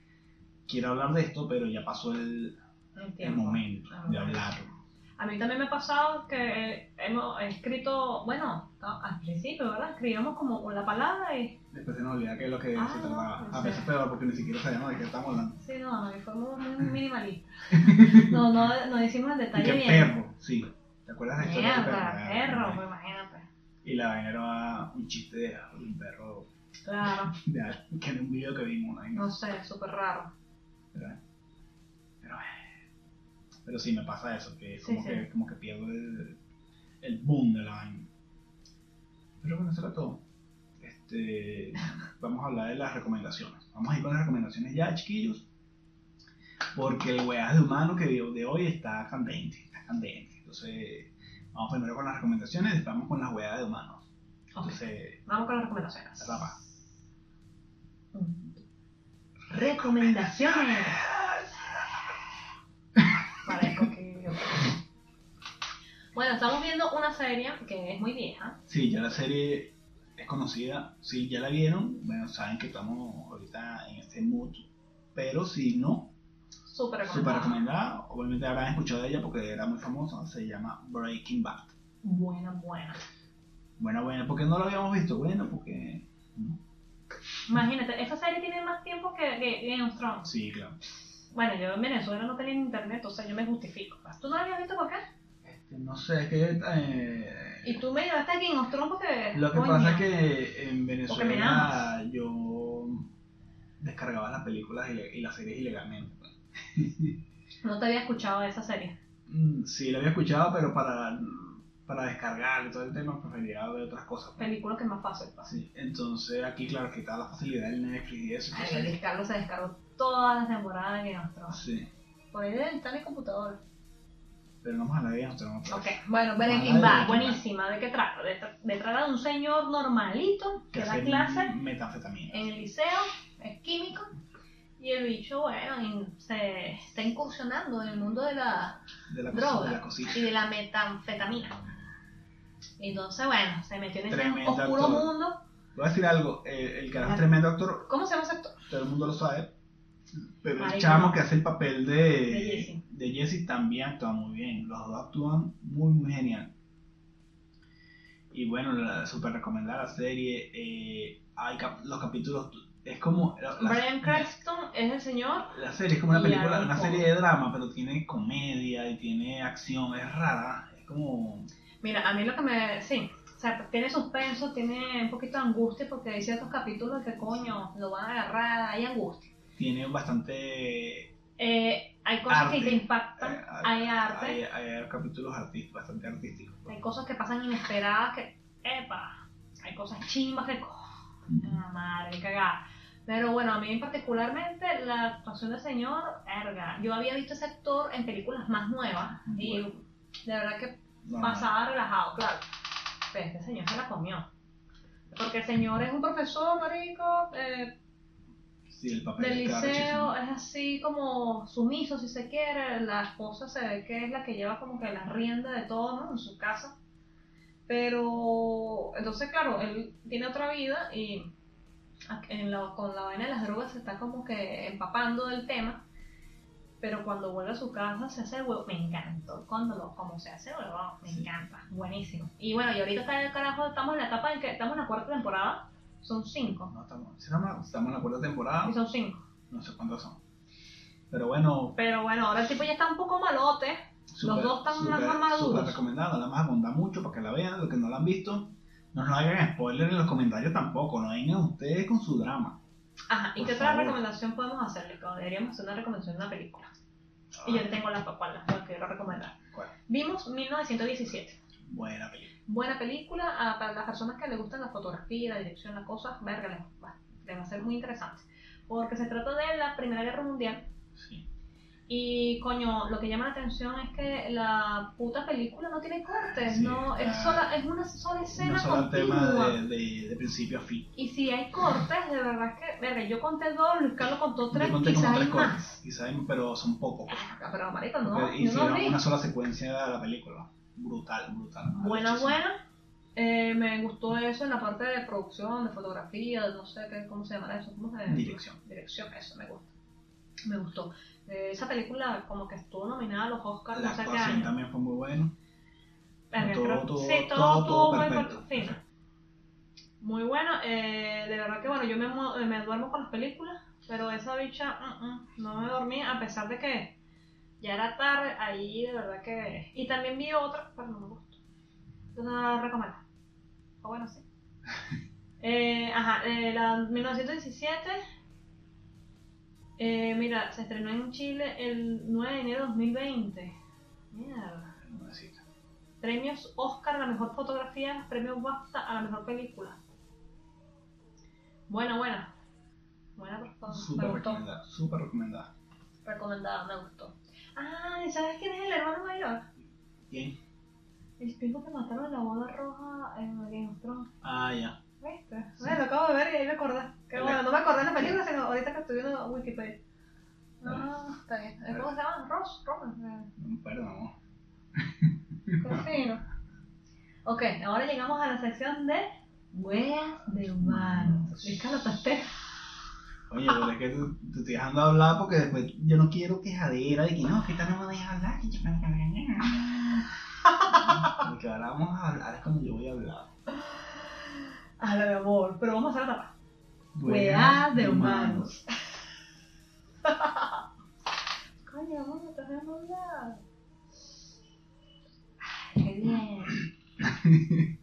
Speaker 2: quiero hablar de esto, pero ya pasó el,
Speaker 1: El
Speaker 2: el
Speaker 1: tiempo.
Speaker 2: momento
Speaker 1: Ah,
Speaker 2: de
Speaker 1: bueno.
Speaker 2: hablarlo.
Speaker 1: A mí también me ha pasado que hemos escrito, bueno, al principio, ¿verdad? Escribíamos como la palabra y
Speaker 2: Después se nos olvida que es lo que
Speaker 1: Ah,
Speaker 2: se trataba.
Speaker 1: o
Speaker 2: A
Speaker 1: sea.
Speaker 2: veces peor porque ni siquiera sabemos de qué estamos hablando.
Speaker 1: Sí, no, no, fue muy, muy minimalista. No, no, no hicimos el
Speaker 2: Y
Speaker 1: detalle
Speaker 2: que
Speaker 1: bien.
Speaker 2: perro, sí. ¿Te acuerdas de esto?
Speaker 1: Mierda, perro, pues imagínate.
Speaker 2: Y la vaina era un chiste de un perro
Speaker 1: Claro,
Speaker 2: de que era un video que vimos, una vaina
Speaker 1: no sé, súper raro.
Speaker 2: ¿verdad? Pero, eh, pero sí me pasa eso, que es
Speaker 1: Sí,
Speaker 2: como,
Speaker 1: sí.
Speaker 2: Que, como que pierdo el, el boom de la vaina. Pero bueno, eso era todo. Este, vamos a hablar de las recomendaciones. Vamos a ir con las recomendaciones ya, chiquillos. Porque el weá de humano que de, de hoy está candente, está candente. Entonces, vamos primero con las recomendaciones, después vamos con las weá de humanos.
Speaker 1: Ok,
Speaker 2: Entonces,
Speaker 1: vamos con las recomendaciones. Mm,
Speaker 2: Rafa.
Speaker 1: Recomendaciones. Parezco que yo- Bueno, estamos viendo una serie que es muy vieja.
Speaker 2: sí, ya la serie es conocida. Si ya la vieron, bueno, saben que estamos ahorita en este mood. Pero si no,
Speaker 1: Súper
Speaker 2: súper
Speaker 1: recomendada.
Speaker 2: recomendada. Obviamente habrán escuchado de ella porque era muy famosa. Se llama Breaking Bad.
Speaker 1: Buena, buena.
Speaker 2: Bueno, bueno, ¿por qué no lo habíamos visto? Bueno, porque. ¿no?
Speaker 1: Imagínate, esa serie tiene más tiempo que, que Game of Thrones.
Speaker 2: Sí, claro.
Speaker 1: Bueno, yo en Venezuela no tenía internet, o sea, yo me justifico. ¿Tú no habías visto por acá?
Speaker 2: Este, no sé, es que. eh,
Speaker 1: Y tú me llevaste a Game of Thrones porque...
Speaker 2: Lo que
Speaker 1: coño.
Speaker 2: pasa es que en
Speaker 1: Porque me
Speaker 2: Venezuela
Speaker 1: amas.
Speaker 2: yo descargaba las películas y, le- y las series ilegalmente. pues.
Speaker 1: No te había escuchado de esa serie.
Speaker 2: Mm, Sí, la había escuchado, pero para, para descargar y todo el tema pues, prefería ver otras cosas.
Speaker 1: Película que es más fácil. pues.
Speaker 2: Sí, entonces aquí, claro, que está la facilidad del Netflix y eso.
Speaker 1: Ay,
Speaker 2: entonces-
Speaker 1: Luis Carlos se descargó todas las temporadas de Game of Thrones.
Speaker 2: sí,
Speaker 1: Por ahí debe estar en el computador.
Speaker 2: pero no más la veíamos, tenemos otra
Speaker 1: Ok,
Speaker 2: vez.
Speaker 1: bueno,
Speaker 2: Madre
Speaker 1: Breaking Bad,
Speaker 2: de-
Speaker 1: buenísima. ¿De qué trata? De, tra- de trata de un señor normalito que da
Speaker 2: hace
Speaker 1: clase
Speaker 2: Metanfetamina.
Speaker 1: en el liceo, es químico, y el bicho, bueno, in- se está incursionando en el mundo de la
Speaker 2: De la,
Speaker 1: droga.
Speaker 2: cos- de la cosita.
Speaker 1: y de la metanfetamina. Entonces, bueno, se metió en ese
Speaker 2: Tremendo
Speaker 1: oscuro
Speaker 2: actor.
Speaker 1: mundo.
Speaker 2: Voy a decir algo, eh, el carajo es
Speaker 1: Ajá.
Speaker 2: tremendo actor,
Speaker 1: ¿Cómo se llama ese actor?
Speaker 2: todo el mundo lo sabe. Pero el
Speaker 1: Marico.
Speaker 2: chamo que hace el papel de,
Speaker 1: De Jesse.
Speaker 2: de Jesse también actúa muy bien. Los dos actúan muy, muy genial. Y bueno, la super recomendada la serie. eh, hay cap- los capítulos. Es como. La, la-
Speaker 1: Brian Cranston es el señor.
Speaker 2: la serie es como una
Speaker 1: y
Speaker 2: película,
Speaker 1: Aaron
Speaker 2: una
Speaker 1: Paul.
Speaker 2: serie de drama, pero tiene comedia y tiene acción. Es rara. Es como.
Speaker 1: Mira, a mí lo que me. Sí, o sea, tiene suspenso, tiene un poquito de angustia porque hay ciertos capítulos que coño lo van a agarrar, hay angustia.
Speaker 2: Tiene bastante
Speaker 1: Eh, hay cosas que
Speaker 2: Arte.
Speaker 1: te impactan,
Speaker 2: Eh,
Speaker 1: hay arte,
Speaker 2: Hay, hay capítulos artist- bastante artísticos. pues.
Speaker 1: hay cosas que pasan inesperadas que, epa, hay cosas chimbas que, co- la madre cagada. Pero bueno, a mí particularmente la actuación del señor, erga, yo había visto a ese actor en películas más nuevas y de verdad que
Speaker 2: No,
Speaker 1: pasaba relajado, claro. Pero este señor se la comió. Porque el señor es un profesor, marico, eh,
Speaker 2: Sí, el papel
Speaker 1: del
Speaker 2: está
Speaker 1: liceo,
Speaker 2: arrechísimo.
Speaker 1: es así como sumiso, si se quiere. La esposa se ve que es la que lleva como que la rienda de todo, ¿no? En su casa. Pero, entonces, claro, él tiene otra vida y a- en la- con la vaina de las drogas se está como que empapando del tema. Pero cuando vuelve a su casa se hace el huevo. Me encantó cuando lo, como se hace el huevo. Me
Speaker 2: Sí.
Speaker 1: encanta. Buenísimo. Y bueno, y ahorita está el carajo, estamos en la etapa en que estamos en la cuarta temporada. Son cinco.
Speaker 2: No, estamos, si no me- estamos en la cuarta temporada,
Speaker 1: Y son cinco.
Speaker 2: no sé cuántos son. Pero bueno,
Speaker 1: Pero bueno, ahora el tipo ya está un poco malote.
Speaker 2: super-
Speaker 1: dos están
Speaker 2: super-
Speaker 1: más maduros.
Speaker 2: super recomendada, la más abunda mucho para que la vean, los que no la han visto. No nos hagan spoiler en los comentarios tampoco, no vengan ustedes con su drama.
Speaker 1: Ajá, ¿y
Speaker 2: Por
Speaker 1: qué otra
Speaker 2: favor.
Speaker 1: recomendación podemos hacerle? Como Deberíamos hacer una recomendación de una película. Y yo tengo la cual la quiero recomendar.
Speaker 2: Ah. ¿Cuál?
Speaker 1: Vimos 1917.
Speaker 2: Buena película.
Speaker 1: Buena película ah, para las personas que les gustan la fotografía, la dirección, las cosas. Verga, les va, les va a ser muy interesante. Porque se trata de la Primera Guerra Mundial.
Speaker 2: Sí.
Speaker 1: Y coño, lo que llama la atención es que la puta película no tiene cortes.
Speaker 2: Sí,
Speaker 1: no, es,
Speaker 2: está-
Speaker 1: sola, es una sola escena
Speaker 2: No solo el tema
Speaker 1: continua.
Speaker 2: de, de, de principio a fin.
Speaker 1: Y si hay cortes, de verdad que, verga, yo conté dos, Luis Carlos contó tres,
Speaker 2: Yo conté
Speaker 1: quizás
Speaker 2: como
Speaker 1: hay
Speaker 2: tres
Speaker 1: más.
Speaker 2: cortes, quizás hay- pero son pocos. pues.
Speaker 1: Verga, Pero marico, no,
Speaker 2: Porque
Speaker 1: yo no
Speaker 2: hicieron
Speaker 1: vi.
Speaker 2: una sola secuencia de la película. Brutal, brutal.
Speaker 1: Buena,
Speaker 2: Muchísimo.
Speaker 1: buena. Eh, me gustó eso en la parte de producción, de fotografía, no sé qué, cómo se llama eso, cómo se
Speaker 2: Dirección.
Speaker 1: Dirección, eso me gusta. Me gustó. Eh, esa película como que estuvo nominada a los Oscars,
Speaker 2: La
Speaker 1: no sé qué
Speaker 2: actuación
Speaker 1: año.
Speaker 2: también fue muy buena.
Speaker 1: Verga,
Speaker 2: todo,
Speaker 1: creo-
Speaker 2: todo,
Speaker 1: sí,
Speaker 2: todo,
Speaker 1: todo,
Speaker 2: todo
Speaker 1: tuvo buen
Speaker 2: perfecto.
Speaker 1: fin. Muy bueno, eh, de verdad que bueno, yo me, mu- eh, me duermo con las películas, pero esa bicha mm, mm, no me dormí, a pesar de que ya era tarde, ahí de verdad que... Y también vi otra, pero no me gustó. Entonces no la recomiendo. O bueno, sí. Eh, ajá, eh, la 1917, eh, mira, se estrenó en Chile el 9 de enero de 2020. Mierda.
Speaker 2: Una cita.
Speaker 1: Premios Oscar a la mejor fotografía, premios BAFTA a la mejor película. Buena, buena. Buena persona.
Speaker 2: Súper
Speaker 1: Me gustó.
Speaker 2: recomendada, súper recomendada.
Speaker 1: Recomendada, me gustó. Ah, ¿y sabes quién es el hermano mayor?
Speaker 2: Bien.
Speaker 1: El tipo que mataron en la boda roja en Game of Thrones.
Speaker 2: Ah, ya.
Speaker 1: ¿Viste? Bueno, lo acabo de ver y ahí me acordé. Que
Speaker 2: Vale.
Speaker 1: bueno, no me acordé en la película, sino ahorita que estoy viendo Wikipedia. Ah, está bien. Eh, ¿Cómo se llama? Ross, Roman. eh.
Speaker 2: Perdón.
Speaker 1: Qué fino. Ok, ahora llegamos a la sección de weas de humanos. Ricardo, estás te-
Speaker 2: Oye, pero es que tú, tú te dejando hablar porque después yo no quiero quejadera de que no, que esta no me deja hablar. que yo- Porque ahora vamos a hablar es cuando yo voy a hablar.
Speaker 1: A Ah, la de amor, pero vamos a hacer la tapa.
Speaker 2: Weas
Speaker 1: Weas de humanos. Coño, amor, estás dejando hablar. Ay, qué bien.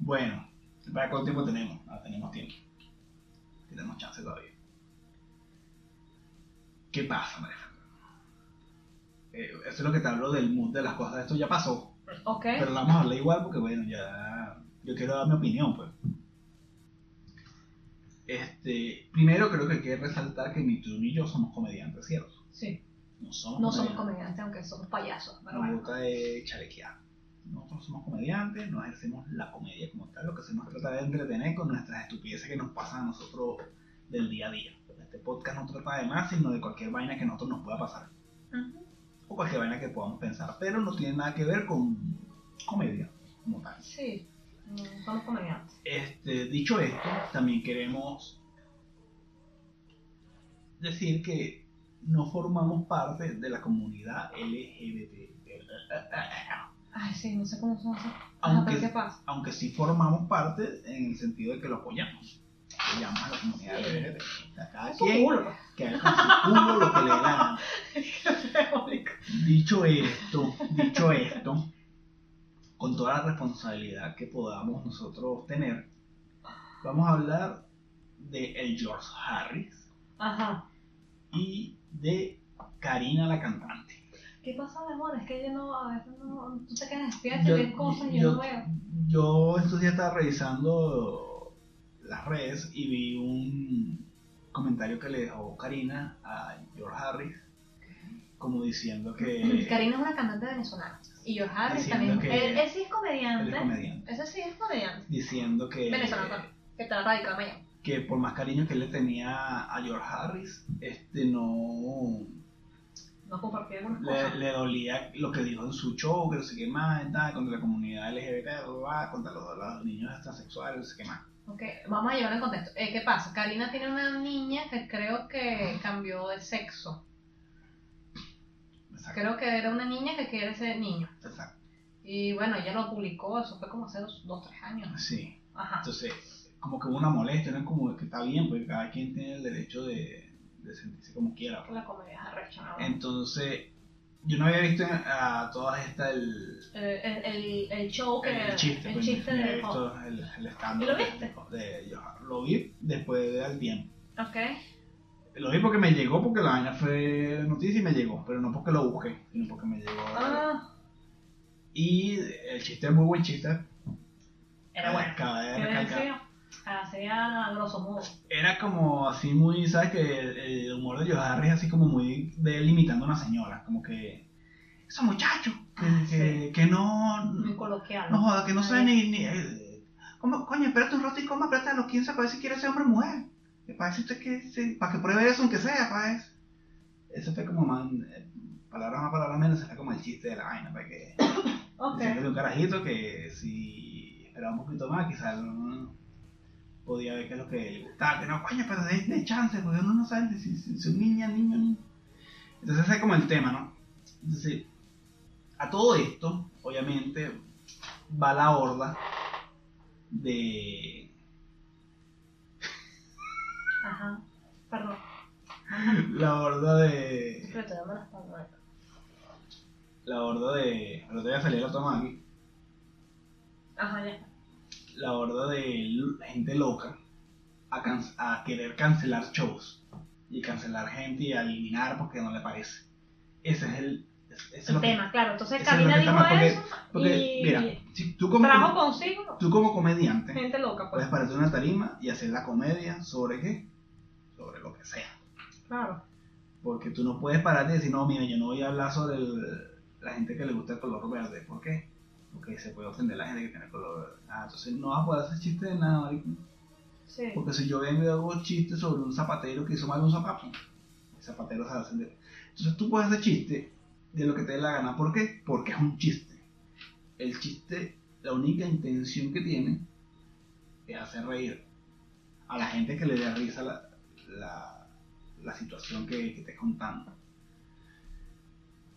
Speaker 2: Bueno, ¿para cuánto tiempo tenemos? Ah, tenemos tiempo. Tenemos chance todavía. ¿Qué pasa, María Fernanda? Eh, eso es lo que te hablo del mood de las cosas. Esto ya pasó,
Speaker 1: Ok,
Speaker 2: pero la vamos a hablar igual porque, bueno, ya. Yo quiero dar mi opinión, pues. Este, primero creo que hay que resaltar que ni tú ni yo somos comediantes, ¿cierto?
Speaker 1: sí.
Speaker 2: No somos
Speaker 1: No somos comediantes, aunque somos payasos. Pero
Speaker 2: nos
Speaker 1: bueno.
Speaker 2: gusta de chalequear. Nosotros somos comediantes, no ejercemos la comedia como tal, lo que hacemos es tratar de entretener con nuestras estupideces que nos pasan a nosotros del día a día. Este podcast no trata de más, sino de cualquier vaina que a nosotros nos pueda pasar,
Speaker 1: Ujú.
Speaker 2: o cualquier vaina que podamos pensar, pero no tiene nada que ver con comedia como tal.
Speaker 1: Sí, mm, somos comediantes.
Speaker 2: Este, dicho esto, también queremos decir que no formamos parte de la comunidad LGBT.
Speaker 1: Ay, sí, no sé cómo son esas. Ajá,
Speaker 2: Aunque
Speaker 1: pero ¿qué pasa?
Speaker 2: aunque sí formamos parte en el sentido de que lo apoyamos. Apoyamos a la comunidad LGBT. O sea, cada
Speaker 1: Es un
Speaker 2: quien
Speaker 1: culo.
Speaker 2: que haga con su culo lo que le da. Dicho esto, dicho esto, con toda la responsabilidad que podamos nosotros tener, vamos a hablar de el George Harris
Speaker 1: Ajá,
Speaker 2: y de Karina la cantante.
Speaker 1: ¿Qué pasa, amor? Es que yo no, a veces no, tú te quedas despierta y
Speaker 2: Yo-
Speaker 1: ves cosas y yo,
Speaker 2: yo-
Speaker 1: no veo.
Speaker 2: Yo estos días estaba revisando las redes y vi un comentario que le dejó Karina a George Harris, como diciendo que
Speaker 1: Karina es una cantante venezolana. Y George Harris
Speaker 2: Diciendo
Speaker 1: también.
Speaker 2: que-
Speaker 1: Él, él sí es
Speaker 2: él
Speaker 1: comediante.
Speaker 2: es comediante,
Speaker 1: Ese sí es comediante.
Speaker 2: diciendo que,
Speaker 1: Venezolano. pues. Que está radicado en Miami.
Speaker 2: que por más cariño que él le tenía a George Harris, este no
Speaker 1: No compartí algunas
Speaker 2: le,
Speaker 1: cosas.
Speaker 2: le dolía lo que dijo en su show, que no sé qué más, tal, contra la comunidad LGBT, bla, bla, contra los, los niños transexuales, no sé qué más.
Speaker 1: Ok, vamos a llevarlo en contexto. Eh, ¿Qué pasa? Karina tiene una niña que creo que cambió de sexo.
Speaker 2: Exacto,
Speaker 1: Creo que era una niña que quiere ser niño.
Speaker 2: exacto.
Speaker 1: Y bueno, ella lo publicó, eso fue como hace dos, dos tres años.
Speaker 2: Sí.
Speaker 1: Ajá.
Speaker 2: Entonces, como que hubo una molestia, ¿no? Como que está bien, porque cada quien tiene el derecho de, de sentirse como quiera. pues.
Speaker 1: La comedia es arrecha, ¿no?
Speaker 2: Entonces, yo no había visto a todas estas el,
Speaker 1: Eh, el, el, el show que
Speaker 2: el, el chiste,
Speaker 1: el
Speaker 2: pues,
Speaker 1: chiste
Speaker 2: no había
Speaker 1: de Hulk.
Speaker 2: visto el, el stand-up
Speaker 1: ¿Y lo
Speaker 2: de-
Speaker 1: viste?
Speaker 2: de- yo Lo vi después del tiempo.
Speaker 1: Ok.
Speaker 2: Lo vi porque me llegó, porque la vaina fue noticia y me llegó, pero no porque lo busqué, sino porque me llegó.
Speaker 1: Ah,
Speaker 2: Y el chiste es muy buen chiste.
Speaker 1: era bueno.
Speaker 2: Cabe
Speaker 1: ¿Qué
Speaker 2: recalcar.
Speaker 1: decía? Eh, Ah, sería grosso modo.
Speaker 2: Era como así muy, ¿sabes? Que el, el humor de Joe Harris así como muy de él imitando a una señora, como que esos muchachos que,
Speaker 1: Ah,
Speaker 2: que, que no,
Speaker 1: Muy
Speaker 2: no
Speaker 1: coloquial.
Speaker 2: joda, que no
Speaker 1: Ah,
Speaker 2: saben ni, ni eh, ¿cómo, coño, espérate un rato y cómo espérate a los 15 para ver si quiere ser hombre o mujer, que para ver si usted que, si- para que pruebe eso aunque sea, para eso. Eso fue como más, eh, palabra más, palabra menos, se fue como el chiste de la vaina, para que
Speaker 1: Ok.
Speaker 2: Decía que era un carajito que si esperaba un poquito más, quizás no podía ver qué es lo que le gustaba. Que no, coño, pero de, de chance, porque uno no sabe si, si, si un niño, niño, niño. Entonces ese es como el tema, ¿no? Entonces, a todo esto, obviamente, va la horda de
Speaker 1: Ajá. Perdón.
Speaker 2: la horda de
Speaker 1: Pero te damos las palabras.
Speaker 2: la horda de pero te voy a salir la toma aquí
Speaker 1: Ajá, ya.
Speaker 2: la horda de l- gente loca a, can- a querer cancelar shows y cancelar gente y a eliminar porque no le parece. Ese es el, es- eso es
Speaker 1: El
Speaker 2: lo que-
Speaker 1: tema, claro. Entonces
Speaker 2: eso es lo
Speaker 1: Karina
Speaker 2: que
Speaker 1: dijo
Speaker 2: estamos- porque-
Speaker 1: eso
Speaker 2: porque,
Speaker 1: y
Speaker 2: mira, si tú como,
Speaker 1: trajo consigo
Speaker 2: tú como comediante
Speaker 1: gente loca, pues.
Speaker 2: puedes pararte en una tarima y hacer la comedia sobre qué? Sobre lo que sea.
Speaker 1: Claro.
Speaker 2: Porque tú no puedes pararte y decir, no, mira, yo no voy a hablar sobre el- la gente que le gusta el color verde. ¿Por qué? Porque se puede ofender a la gente que tiene color verde. Ah, entonces no vas a poder hacer chiste de nada, marico.
Speaker 1: Sí.
Speaker 2: Porque si yo vengo y hago chistes sobre un zapatero que hizo mal un zapato, el zapatero se va a encender. Entonces tú puedes hacer chiste de lo que te dé la gana. ¿Por qué? Porque es un chiste. El chiste, la única intención que tiene es hacer reír a la gente que le dé risa la, la- la situación que, que estés contando.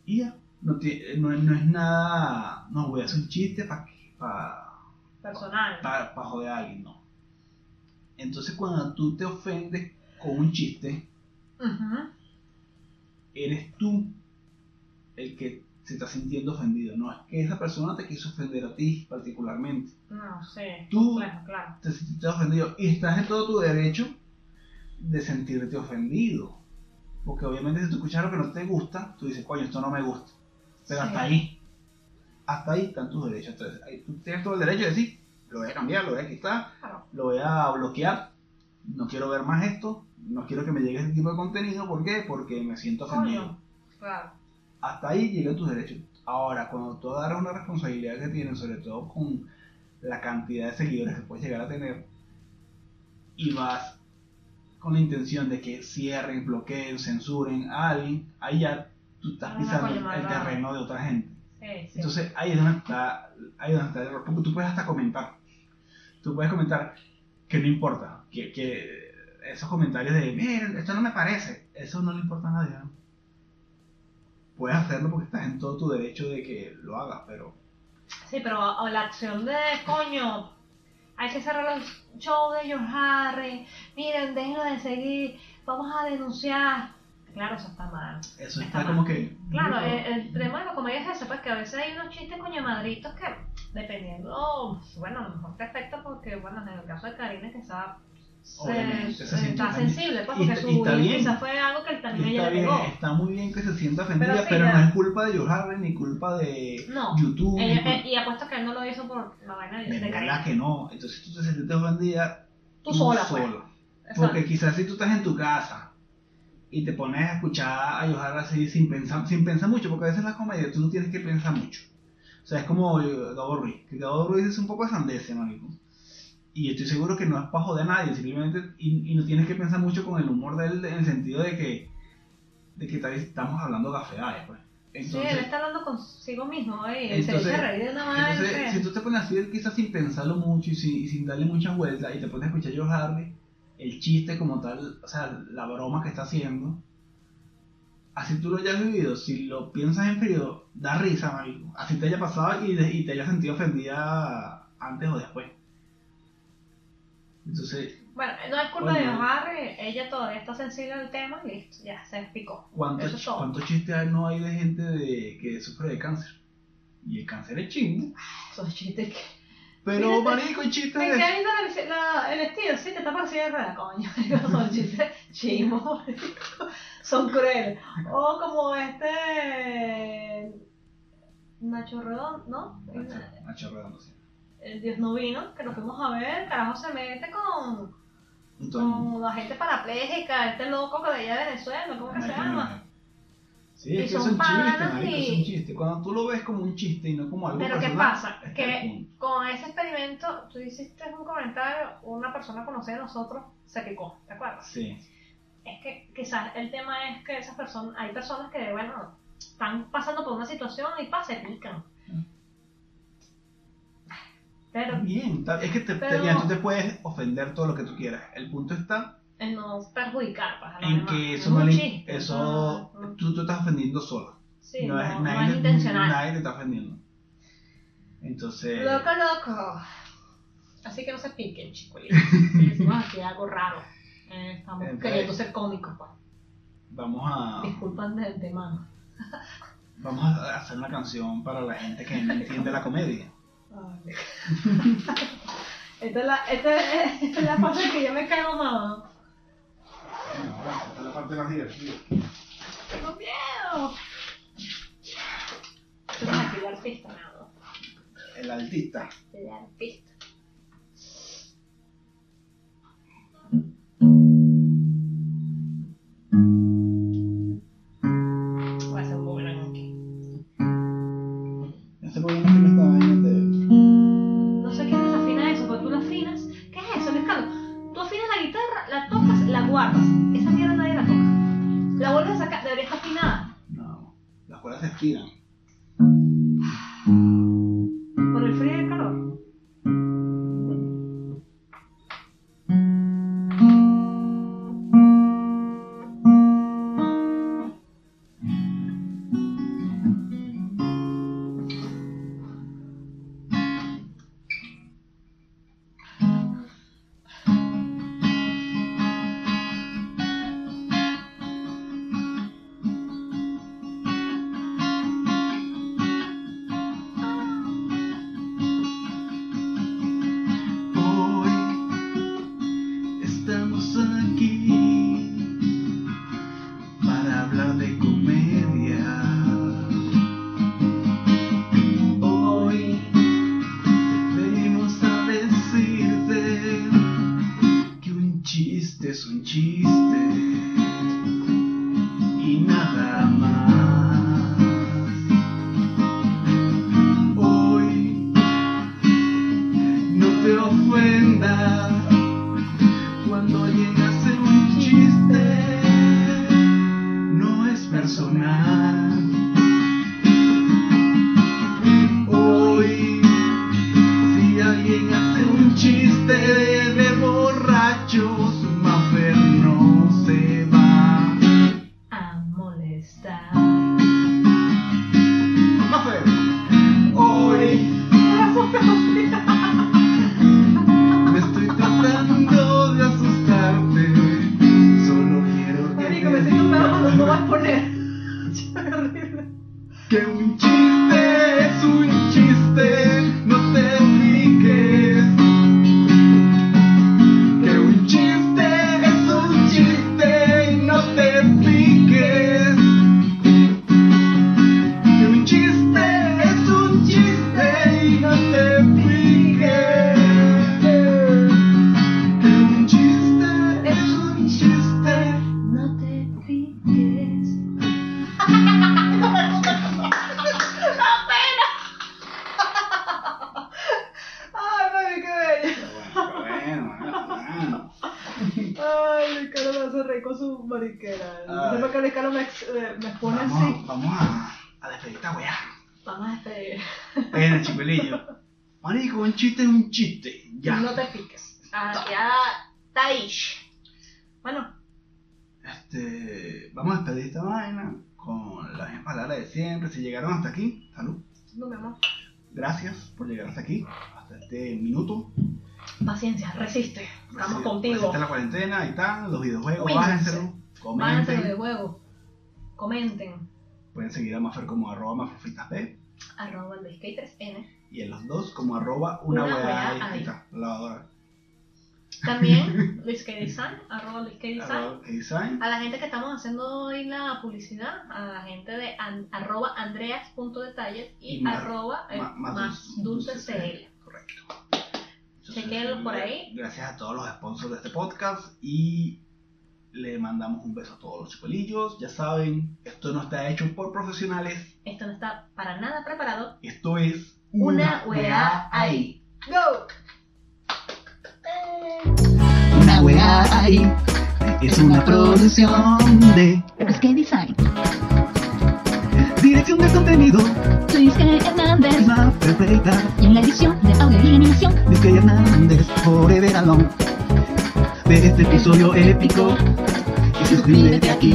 Speaker 2: Y ya, no, tie- no, es- no es nada, no voy a hacer un chiste para
Speaker 1: Personal.
Speaker 2: para, joder a alguien, no. Entonces cuando tú te ofendes con un chiste,
Speaker 1: Ujú.
Speaker 2: eres tú el que se está sintiendo ofendido. No es que esa persona te quiso ofender a ti particularmente.
Speaker 1: No sé.
Speaker 2: Tú
Speaker 1: Claro, claro.
Speaker 2: te sentiste ofendido y estás en todo tu derecho de sentirte ofendido. Porque obviamente si tú escuchas lo que no te gusta, tú dices, coño, esto no me gusta. Pero
Speaker 1: Sí.
Speaker 2: hasta ahí, hasta ahí están tus derechos. Entonces, ahí tú tienes todo el derecho de decir, lo voy a cambiar, lo voy a quitar,
Speaker 1: Claro.
Speaker 2: lo voy a bloquear, no quiero ver más esto, no quiero que me llegue este tipo de contenido, ¿por qué? Porque me siento ofendido.
Speaker 1: Coño. Claro.
Speaker 2: Hasta ahí llegan tus derechos. Ahora, cuando tú agarras una responsabilidad que tienes, sobre todo con la cantidad de seguidores que puedes llegar a tener, y vas con la intención de que cierren, bloqueen, censuren a alguien, ahí ya tú estás
Speaker 1: Ah,
Speaker 2: pisando
Speaker 1: coño,
Speaker 2: el
Speaker 1: malvado.
Speaker 2: terreno de otra gente.
Speaker 1: Sí, sí.
Speaker 2: Entonces ahí es donde está, ahí es donde está el error. Porque tú puedes hasta comentar. Tú puedes comentar que no importa. Que, que esos comentarios de, miren, esto no me parece. Eso no le importa a nadie. ¿no? Puedes hacerlo porque estás en todo tu derecho de que lo hagas, pero
Speaker 1: Sí, pero o la acción de coño, hay que cerrar los shows de George Harry, miren, déjenlo de seguir, vamos a denunciar. Claro, eso está mal.
Speaker 2: eso
Speaker 1: Está
Speaker 2: está
Speaker 1: mal.
Speaker 2: como que.
Speaker 1: Claro, eh, el, el tema de la comedia es ese, pues que a veces hay unos chistes coño madritos que, dependiendo, bueno, a lo mejor te afecta porque, bueno, en el caso de Karina que estaba
Speaker 2: Obviamente,
Speaker 1: se,
Speaker 2: se
Speaker 1: se-
Speaker 2: siente
Speaker 1: está
Speaker 2: ofendido.
Speaker 1: sensible, pues,
Speaker 2: Y
Speaker 1: porque
Speaker 2: está-
Speaker 1: su
Speaker 2: y está
Speaker 1: bullying
Speaker 2: bien.
Speaker 1: quizás fue algo que también
Speaker 2: Y
Speaker 1: ella
Speaker 2: está,
Speaker 1: le
Speaker 2: bien,
Speaker 1: pegó.
Speaker 2: está muy bien que se sienta ofendida,
Speaker 1: Pero
Speaker 2: pero,
Speaker 1: sí, ya.
Speaker 2: no es culpa de Joe Harris ni culpa de
Speaker 1: No.
Speaker 2: YouTube. ni
Speaker 1: Ella-
Speaker 2: culpa-
Speaker 1: eh, y apuesto que él no lo hizo por la vaina de,
Speaker 2: de
Speaker 1: de
Speaker 2: verdad
Speaker 1: cariño.
Speaker 2: que no. Entonces tú te sentiste ofendida
Speaker 1: Tú sola, pues.
Speaker 2: solo.
Speaker 1: Exacto.
Speaker 2: Porque quizás si tú estás en tu casa y te pones a escuchar a Yohara así sin pensar, sin pensar mucho, porque a veces la comedia tú no tienes que pensar mucho. O sea, es como eh, Gabo Ruiz, que Gabo Ruiz es un poco de sandeces, marico. Y estoy seguro que no es para joder a nadie, simplemente, y, y no tienes que pensar mucho con el humor de él, en el sentido de que, de que tal vez estamos hablando gafeades, pues.
Speaker 1: Sí, él
Speaker 2: Entonces,
Speaker 1: está hablando consigo mismo ahí. se
Speaker 2: Entonces-
Speaker 1: echa a reír de una
Speaker 2: entonces,
Speaker 1: madre.
Speaker 2: si tú te pones así, quizás sin pensarlo mucho y sin, y sin darle muchas vueltas, y te pones a escuchar a Joe Hardy, el chiste como tal, o sea, la broma que está haciendo, así tú lo hayas vivido, si lo piensas en frío, da risa, marico. Así te haya pasado y, de- y te hayas sentido ofendida antes o después. Entonces,
Speaker 1: Bueno, no es culpa
Speaker 2: Bueno.
Speaker 1: de Harry, ella todavía está sensible al tema y listo, ya se explicó.
Speaker 2: ¿cuántos,
Speaker 1: Eso es todo.
Speaker 2: cuántos chistes hay- no hay de gente de, que sufre de cáncer? Y el cáncer es chingo.
Speaker 1: Esos chistes que.
Speaker 2: Pero,
Speaker 1: Fíjate,
Speaker 2: marico, hay chistes
Speaker 1: Me
Speaker 2: de
Speaker 1: queda viendo la, visi- la- el estilo, sí, te está pareciendo de rueda, coño. Son chistes chimos, son crueles. O como este. Nacho Redón, ¿no?
Speaker 2: Nacho- Nacho Redondo, sí.
Speaker 1: El Dios no vino, que lo fuimos a ver, carajo se mete con.
Speaker 2: Entonces,
Speaker 1: con la gente parapléjica, este loco que de allá de Venezuela, ¿cómo que se
Speaker 2: Ay,
Speaker 1: llama?
Speaker 2: no. Sí,
Speaker 1: Y
Speaker 2: es que es
Speaker 1: son
Speaker 2: un chiste,
Speaker 1: panas
Speaker 2: marico,
Speaker 1: y-
Speaker 2: es un chiste. Cuando tú lo ves como un chiste y no como algo
Speaker 1: Pero ¿qué
Speaker 2: personal,
Speaker 1: pasa?
Speaker 2: está
Speaker 1: Que-
Speaker 2: el punto.
Speaker 1: Con ese experimento, tú hiciste un comentario, una persona conocida de nosotros se quejó, ¿te acuerdas?
Speaker 2: Sí,
Speaker 1: Es que quizás el tema es que esas personas, hay personas que, bueno, están pasando por una situación y pa, se pican.
Speaker 2: está
Speaker 1: Pero
Speaker 2: bien. está- es que te, te-
Speaker 1: Pero-
Speaker 2: mira, tú te puedes ofender todo lo que tú quieras. El punto está
Speaker 1: en no perjudicar, pues, a los
Speaker 2: en
Speaker 1: demás.
Speaker 2: que
Speaker 1: Es
Speaker 2: eso no
Speaker 1: un
Speaker 2: le-
Speaker 1: chiste,
Speaker 2: eso
Speaker 1: no- no-
Speaker 2: tú te estás ofendiendo solo.
Speaker 1: sí,
Speaker 2: no,
Speaker 1: no,
Speaker 2: es,
Speaker 1: no
Speaker 2: nadie,
Speaker 1: es
Speaker 2: te-
Speaker 1: intencional.
Speaker 2: Nadie te está ofendiendo. Entonces,
Speaker 1: Loco, loco. Así que no se piquen, chicuelitos. Si decimos aquí algo raro. eh, estamos
Speaker 2: Entonces-
Speaker 1: queriendo ser cómicos, pues.
Speaker 2: vamos a
Speaker 1: Disculpan de antemano.
Speaker 2: vamos a hacer una canción para la gente que no entiende la comedia.
Speaker 1: esta, es la, esta, es, esta es la fase que yo me caigo mamá.
Speaker 2: Esta es la parte más divertida.
Speaker 1: Tengo miedo. Tú eres aquí el artista, nada.
Speaker 2: El artista.
Speaker 1: El artista. Voy a hacer un boomerang aquí.
Speaker 2: No sé por qué no tiene esta vaina de-
Speaker 1: No sé quién desafina eso, porque tú lo afinas. ¿Qué es eso, Ricardo? Tú afinas la guitarra, la tocas, la guardas. Esa mierda nadie la toca. La vuelves a sacar, debería estar afinada
Speaker 2: No, las cuerdas se estiran.
Speaker 1: por el frío y el calor.
Speaker 2: Hoy estamos aquí para hablar de comedia. Hoy venimos a decirte que un chiste es un chiste y nada más. Hoy no te ofendas cuando llegas en un chiste. No es personal. Hoy, si alguien hace un chiste de borrachos, Mafer no se va.
Speaker 1: A molestar.
Speaker 2: Mafer, hoy. Me estoy tratando de asustarte. Solo quiero que,
Speaker 1: Marico, me
Speaker 2: te
Speaker 1: siento
Speaker 2: diga
Speaker 1: peor cuando no vas a poner. Qué horrible.
Speaker 2: que un chiste es un chiste. um No te piques. Que un chiste um um um
Speaker 1: ahí con su mariquera.
Speaker 2: Ah.
Speaker 1: No sé por qué Ricardo me, ex- eh, me pone así.
Speaker 2: Vamos, vamos a, a despedir esta weá.
Speaker 1: Vamos este, a despedir.
Speaker 2: Pena, chicuelillo. Marico, un chiste es un chiste. Ya.
Speaker 1: No te piques. Ah, ya. Taish. Bueno,
Speaker 2: Este, vamos a despedir esta vaina con las mismas palabras de siempre. Si llegaron hasta aquí, salud.
Speaker 1: no mi amor.
Speaker 2: Gracias por llegar hasta aquí, hasta este minuto.
Speaker 1: Paciencia, resiste. Estamos
Speaker 2: Resiste-
Speaker 1: contigo.
Speaker 2: resiste la cuarentena, ahí están, los videojuegos,
Speaker 1: Cuídense.
Speaker 2: bájenselo,
Speaker 1: Váyanse de
Speaker 2: comenten.
Speaker 1: huevo. Comenten.
Speaker 2: Pueden seguir a Mafer como arroba maferfritasp
Speaker 1: Arroba el 3N.
Speaker 2: y en los dos como arroba una,
Speaker 1: Una weá
Speaker 2: weá
Speaker 1: ahí.
Speaker 2: distinta, lavadora.
Speaker 1: También Luis K. Design. Arroba Luis K. Design.
Speaker 2: Arroba design.
Speaker 1: A la gente que estamos haciendo hoy la publicidad, a la gente de an- arroba andreas.detalles y,
Speaker 2: Y más-
Speaker 1: arroba eh,
Speaker 2: ma-
Speaker 1: más, dulce, CL.
Speaker 2: Correcto.
Speaker 1: Chequéenlo por ahí.
Speaker 2: Gracias a todos los sponsors de este podcast y le mandamos un beso a todos los chicolillos. Ya saben, esto no está hecho por profesionales.
Speaker 1: Esto no está para nada preparado.
Speaker 2: Esto es
Speaker 1: Una
Speaker 2: weá
Speaker 1: weá ahí. ¡Go!
Speaker 3: Una weá ahí es una producción de
Speaker 4: Los que Design.
Speaker 3: dirección de contenido.
Speaker 4: Luis K. Hernández.
Speaker 3: Más perfecta,
Speaker 4: Y en la edición de audio y animación.
Speaker 3: Disque Hernández, forever alone. Ve este episodio épico y suscríbete aquí.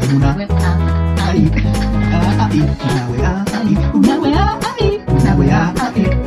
Speaker 3: En una
Speaker 4: Web-
Speaker 2: Ah,
Speaker 3: ahí, ahí, una weá ahí,
Speaker 4: Una weá ahí.
Speaker 3: una weá ahí.
Speaker 4: Oh,